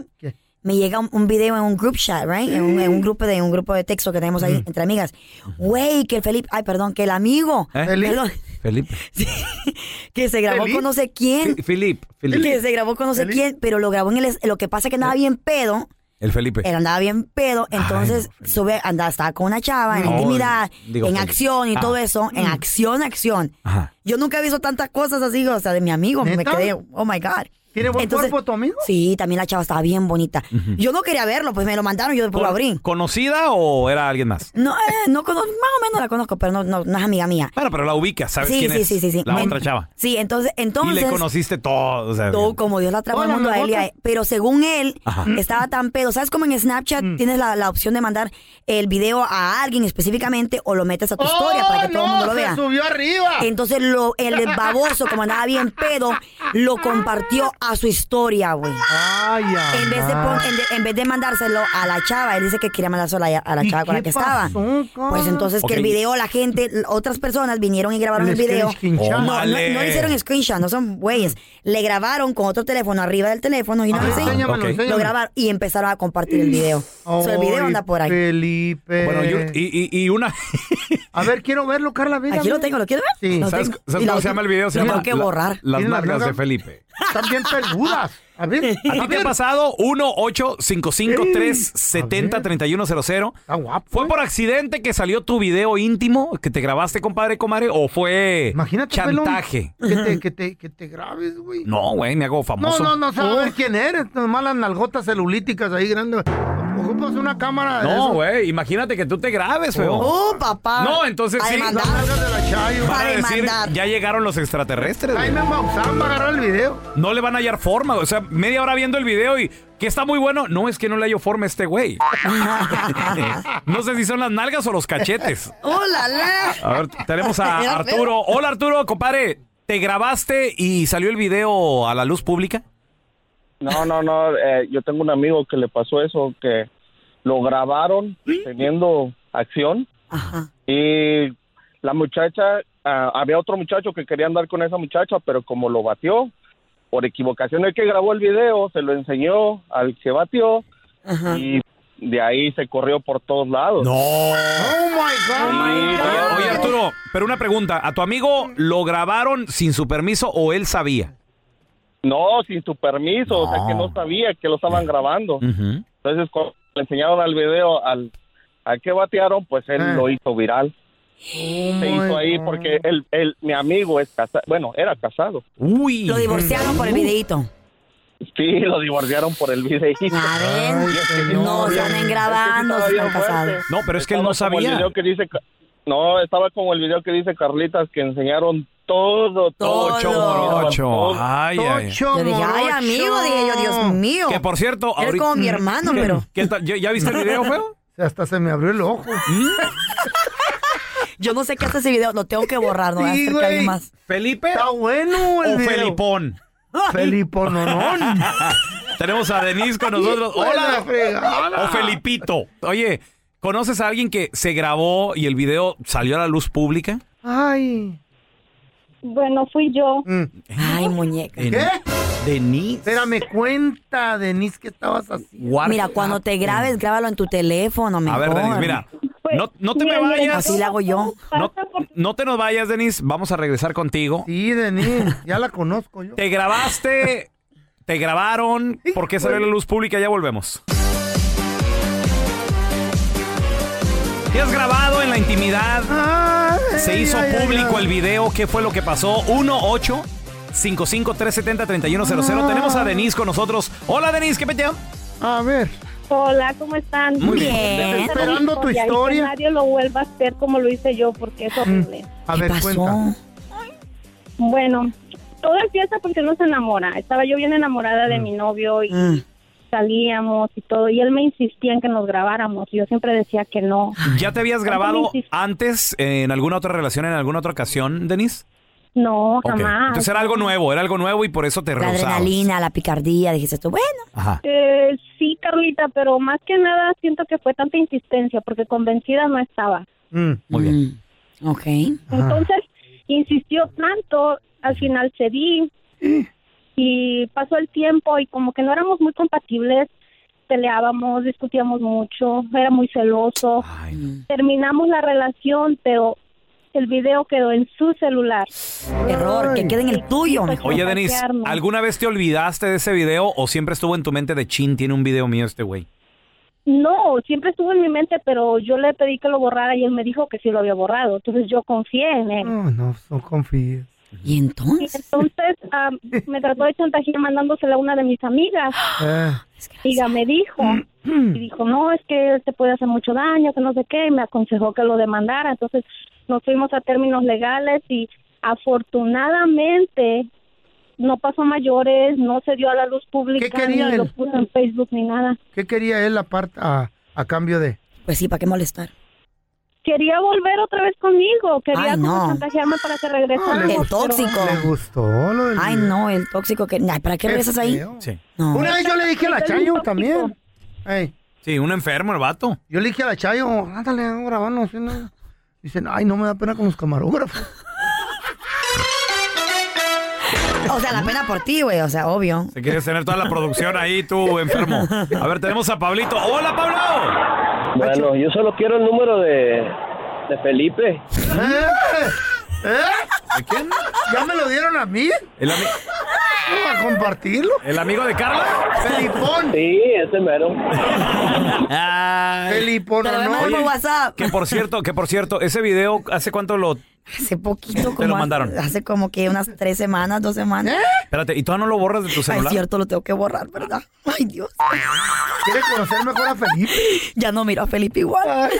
Speaker 2: me llega un, un video en un group chat, right? En un, en un grupo de un grupo de texto que tenemos ahí entre amigas. Güey, que el Felipe, ay, perdón, que el amigo,
Speaker 1: ¿Eh?
Speaker 2: perdón,
Speaker 1: Felipe.
Speaker 2: que se grabó
Speaker 1: ¿Felipe?
Speaker 2: con no sé quién,
Speaker 1: Fi- Filip, Filip.
Speaker 2: que se grabó con no sé quién, pero lo grabó en el es- lo que pasa es que
Speaker 1: ¿Eh?
Speaker 2: andaba bien pedo.
Speaker 1: El Felipe.
Speaker 2: Él andaba bien pedo, entonces sube, andaba, estaba con una chava en
Speaker 1: No,
Speaker 2: intimidad,
Speaker 1: digo,
Speaker 2: en
Speaker 1: Felipe.
Speaker 2: acción y
Speaker 1: Ah.
Speaker 2: todo eso, en acción, acción.
Speaker 1: Ajá.
Speaker 2: Yo nunca he visto tantas cosas así, o sea, de mi amigo, me
Speaker 4: ¿Neta?
Speaker 2: quedé, oh my God.
Speaker 4: ¿Tiene buen
Speaker 2: Entonces,
Speaker 4: cuerpo tu amigo?
Speaker 2: Sí, también la chava estaba bien bonita.
Speaker 1: Ujú.
Speaker 2: Yo no quería verlo, pues me lo mandaron, yo después lo abrí.
Speaker 1: ¿Conocida o era alguien más?
Speaker 2: No, eh, no conozco, más o menos la conozco, pero no, no, no es amiga mía.
Speaker 1: Bueno, pero la ubica, ¿sabes
Speaker 2: Sí,
Speaker 1: quién
Speaker 2: sí,
Speaker 1: es?
Speaker 2: sí, sí, sí.
Speaker 1: La
Speaker 2: Me-
Speaker 1: otra chava.
Speaker 2: Sí, entonces, entonces.
Speaker 1: y le conociste todo. o sea,
Speaker 2: Todo como Dios la trajo al
Speaker 4: Hola,
Speaker 2: mundo a él y a
Speaker 4: mamota.
Speaker 2: él. Pero según él,
Speaker 1: Ajá.
Speaker 2: estaba tan pedo. ¿Sabes cómo en Snapchat
Speaker 4: Mm.
Speaker 2: tienes la, la opción de mandar el video a alguien específicamente o lo metes a tu historia para que todo el mundo lo
Speaker 4: ¡Oh, se
Speaker 2: vea?
Speaker 4: subió arriba!
Speaker 2: Entonces lo, el del baboso, como andaba bien pedo, lo compartió a su historia, güey.
Speaker 4: Ay, ay,
Speaker 2: En vez, de pon- en, de- en vez de mandárselo a la chava, él dice que quería mandárselo a la, a la
Speaker 4: ¿Y
Speaker 2: chava con la
Speaker 4: qué
Speaker 2: que estaba.
Speaker 4: pasó, cara?
Speaker 2: Pues entonces
Speaker 1: Ok.
Speaker 2: que el video, la gente, l- otras personas vinieron y grabaron el,
Speaker 4: El
Speaker 2: video.
Speaker 4: screenshot.
Speaker 2: No, no, Ah, no
Speaker 1: Tómale.
Speaker 2: le hicieron screenshot, no son güeyes. Le grabaron con otro teléfono arriba del teléfono y no sé.
Speaker 4: enséñamelo,
Speaker 1: ok.
Speaker 2: Lo
Speaker 4: enséñamelo.
Speaker 2: grabaron y empezaron a compartir el video. So, el video
Speaker 4: Ay,
Speaker 2: anda por ahí.
Speaker 4: Felipe.
Speaker 1: Bueno, yo- y, y- y una,
Speaker 4: A ver, quiero verlo, Carla. mira,
Speaker 2: Aquí lo
Speaker 4: mira.
Speaker 2: tengo, ¿lo quieres ver?
Speaker 4: Sí.
Speaker 2: Lo
Speaker 1: ¿Sabes,
Speaker 2: tengo.
Speaker 1: sabes
Speaker 2: Y la
Speaker 1: cómo se
Speaker 2: otra-
Speaker 1: llama el video? Se
Speaker 2: y lo
Speaker 1: llama
Speaker 2: tengo que
Speaker 1: La-
Speaker 2: borrar.
Speaker 1: Las
Speaker 4: ¿Tienes las
Speaker 1: nalgas de
Speaker 4: nalgas?
Speaker 1: Felipe.
Speaker 4: Están bien peludas. A ver.
Speaker 1: ¿A ti te ha pasado? 1 8 70 3100 ¿Fue por accidente que salió tu video íntimo que te grabaste, compadre, comadre? ¿O fue
Speaker 4: pelón,
Speaker 1: chantaje?
Speaker 4: Que te, que te, que te grabes, güey.
Speaker 1: No, güey, me hago
Speaker 4: No,
Speaker 1: famoso. Oh.
Speaker 4: no, no, saber quién eres. Nomás las nalgotas celulíticas ahí grandes. Ocupas una cámara de
Speaker 1: No,
Speaker 4: esas.
Speaker 1: güey, imagínate que tú te grabes, feo.
Speaker 4: Oh,
Speaker 2: papá.
Speaker 1: No, entonces
Speaker 4: A
Speaker 1: sí.
Speaker 4: demandar. Las nalgas de la Chayo.
Speaker 1: Van a
Speaker 4: A
Speaker 1: decir,
Speaker 4: demandar.
Speaker 1: ya llegaron los extraterrestres. güey.
Speaker 4: Ahí me Maussan va a agarrar el video.
Speaker 1: No le van a hallar forma, o sea, media hora viendo el video y que está muy bueno. No, es que no le hallo forma a este güey. no sé si son las nalgas o los cachetes.
Speaker 2: ¡Hola, la!
Speaker 1: A ver, tenemos a Arturo. Hola, Arturo, compadre. ¿Te grabaste y salió el video a la luz pública?
Speaker 25: No, no, no. eh, yo tengo un amigo que le pasó eso, que lo grabaron teniendo acción. Y la muchacha, ah, había otro muchacho que quería andar con esa muchacha, pero como lo batió, por equivocación el que grabó el video, se lo enseñó al que batió. Y de ahí se corrió por todos lados.
Speaker 1: No.
Speaker 4: Oh my
Speaker 1: Oye, oye, Arturo, pero una pregunta. ¿A tu amigo lo grabaron sin su permiso o él sabía?
Speaker 25: No, sin su permiso, o sea que no sabía que lo estaban grabando. Entonces, cuando le enseñaron al video al, al que batearon, pues él
Speaker 1: Ah.
Speaker 25: lo hizo viral.
Speaker 2: Oh
Speaker 25: Se hizo ahí porque él, él, mi amigo es casado, bueno, era casado.
Speaker 1: Uy.
Speaker 2: Lo divorciaron
Speaker 1: Uh.
Speaker 2: por el videíto.
Speaker 25: Sí, lo divorciaron por el videíto.
Speaker 2: No, se andan grabando, se están casados.
Speaker 1: No, pero es que él no
Speaker 25: Como el
Speaker 1: sabía.
Speaker 25: video que dice, Ca- no, estaba como el video que dice Carlitas que enseñaron todo, todo.
Speaker 1: Ocho por ocho. Ay, ay.
Speaker 2: Yo dije, ay,
Speaker 25: morocho.
Speaker 2: amigo, dije yo, Dios mío.
Speaker 1: Que por cierto,
Speaker 2: Eres
Speaker 1: ahorita-
Speaker 2: como mi hermano,
Speaker 1: ¿Qué-
Speaker 2: pero.
Speaker 1: ¿Qué tal? ¿Ya, ya viste el video, feo?
Speaker 4: Hasta se me abrió el ojo.
Speaker 1: ¿Mm?
Speaker 2: Yo no sé qué hace ese video, lo tengo que borrar, no voy a hacer que alguien más.
Speaker 1: ¿Felipe?
Speaker 4: Está
Speaker 2: Pues
Speaker 4: bueno el
Speaker 1: ¿O
Speaker 4: video.
Speaker 1: Felipón?
Speaker 4: Felipo, no, no.
Speaker 1: Tenemos a Denise con nosotros.
Speaker 4: Hijo de la
Speaker 1: Hola.
Speaker 4: fregada.
Speaker 1: O Felipito. Oye, ¿conoces a alguien que se grabó y el video salió a la luz pública?
Speaker 4: Ay. Mm.
Speaker 9: Bueno, fui yo.
Speaker 2: Ay, muñeca.
Speaker 1: ¿Qué? Denise.
Speaker 4: Espérame, cuenta, Denise, que estabas haciendo?
Speaker 2: Mira, cuando te grabes, grábalo en tu teléfono, mejor.
Speaker 1: A ver, Denise, Pues mira. No, no te me vayas.
Speaker 2: Así lo hago yo.
Speaker 1: No, no te nos vayas, Denise. Vamos a regresar contigo.
Speaker 4: Sí, Denise, ya la conozco yo.
Speaker 1: Te grabaste, te grabaron. ¿Por qué salió a la luz pública? Ya volvemos. Te has grabado en la intimidad.
Speaker 4: Ah.
Speaker 1: Se hizo
Speaker 4: ay, ay,
Speaker 1: público
Speaker 4: ay.
Speaker 1: el video. ¿Qué fue lo que pasó? 1-8. 55370-3100. Tenemos a Denise con nosotros. Hola, Denise, ¿qué peteo?
Speaker 4: A ver.
Speaker 9: Hola, ¿cómo están?
Speaker 1: Muy bien. Bien.
Speaker 9: Esta es
Speaker 1: Esperando
Speaker 9: mi
Speaker 1: tu
Speaker 9: y
Speaker 1: historia. Mm.
Speaker 9: Que nadie lo vuelva a hacer como lo hice yo, porque es horrible.
Speaker 4: A ver, cuenta.
Speaker 9: Bueno, todo empieza porque uno se enamora. Estaba yo bien enamorada
Speaker 1: Mm.
Speaker 9: de mi novio y salíamos y todo. Y él me insistía en que nos grabáramos. Yo siempre decía que no.
Speaker 1: ¿Ya te habías grabado antes eh, en alguna otra relación, en alguna otra ocasión, Denise?
Speaker 9: No,
Speaker 1: Ok.
Speaker 9: jamás.
Speaker 1: Entonces era algo nuevo, era algo nuevo y por eso te
Speaker 2: La
Speaker 1: rehusabas.
Speaker 2: adrenalina, la picardía, dijiste tú, bueno.
Speaker 1: Ajá.
Speaker 9: Eh, sí, Carlita, pero más que nada siento que fue tanta insistencia porque convencida no estaba.
Speaker 1: Mm, muy bien.
Speaker 5: Mm,
Speaker 2: Ok.
Speaker 9: Entonces insistió tanto, al final cedí y pasó el tiempo y como que no éramos muy compatibles, peleábamos, discutíamos mucho, era muy celoso. Terminamos la relación, pero el video quedó en su celular.
Speaker 2: Error, que quede en el tuyo.
Speaker 1: Oye, Denise, ¿alguna vez te olvidaste de ese video o siempre estuvo en tu mente de chin, tiene un video mío este güey?
Speaker 9: No, siempre estuvo en mi mente, pero yo le pedí que lo borrara y él me dijo que sí lo había borrado. Entonces yo confié en él.
Speaker 4: No, no, no confíes.
Speaker 2: ¿Y
Speaker 9: Y
Speaker 2: entonces?
Speaker 9: entonces ah, me trató de chantajear mandándosela a una de mis amigas.
Speaker 2: ¡Ah!
Speaker 4: Ah.
Speaker 9: Y ya me dijo. Y dijo, no, es que él te puede hacer mucho daño, que no sé qué. Y me aconsejó que lo demandara. Entonces nos fuimos a términos legales y afortunadamente no pasó a mayores, no se dio a la luz pública,
Speaker 4: quería
Speaker 9: ni lo
Speaker 4: él?
Speaker 9: puso en Facebook ni nada.
Speaker 4: ¿Qué quería él aparte a, a cambio de?
Speaker 2: Pues sí, ¿para qué molestar?
Speaker 9: Quería volver otra vez conmigo, quería
Speaker 2: Ay,
Speaker 9: como
Speaker 2: no.
Speaker 9: chantajearme para que regresara.
Speaker 2: el tóxico.
Speaker 4: Ah, Le gustó lo del
Speaker 2: Ay,
Speaker 4: video.
Speaker 2: no, el tóxico que. Ay, ¿Para qué
Speaker 4: Qué
Speaker 2: regresas ahí?
Speaker 4: feo.
Speaker 1: Sí.
Speaker 2: No.
Speaker 4: Una vez yo le dije a la
Speaker 2: Está
Speaker 4: Chayo
Speaker 2: bien
Speaker 4: también. Ey,
Speaker 1: Sí, un enfermo, el vato.
Speaker 4: yo le dije a la Chayo, ándale, vamos grabando. así, ¿no? Dicen, ay, no me da pena con los camarógrafos.
Speaker 2: O sea, la pena por ti, güey. O sea, obvio.
Speaker 1: Te quieres tener toda la producción ahí, tú enfermo. A ver, tenemos a Pablito. ¡Hola, Pablo!
Speaker 13: Bueno, yo solo quiero el número de, de Felipe.
Speaker 4: ¿Eh? ¿De quién? ¿Eh? ¿Ya me lo dieron a mí?
Speaker 1: El ami-
Speaker 4: ¿Para compartirlo?
Speaker 1: ¿El amigo de Carla?
Speaker 4: ¡Felipón!
Speaker 13: Sí, ese mero.
Speaker 4: Felipón,
Speaker 2: Te lo voy a mandar por WhatsApp.
Speaker 1: Que por cierto, que por cierto, ese video, ¿hace cuánto lo...?
Speaker 2: Hace poquito como
Speaker 1: lo
Speaker 2: hace-
Speaker 1: mandaron.
Speaker 2: Hace, como que unas tres semanas, dos semanas.
Speaker 4: ¿Eh?
Speaker 1: Espérate, ¿y todavía no lo borras de tu
Speaker 2: Ay, es
Speaker 1: celular?
Speaker 2: cierto, lo tengo que borrar, ¿verdad? Ay, Dios.
Speaker 4: ¿Quieres conocer mejor a Felipe?
Speaker 2: Ya no miro a Felipe igual.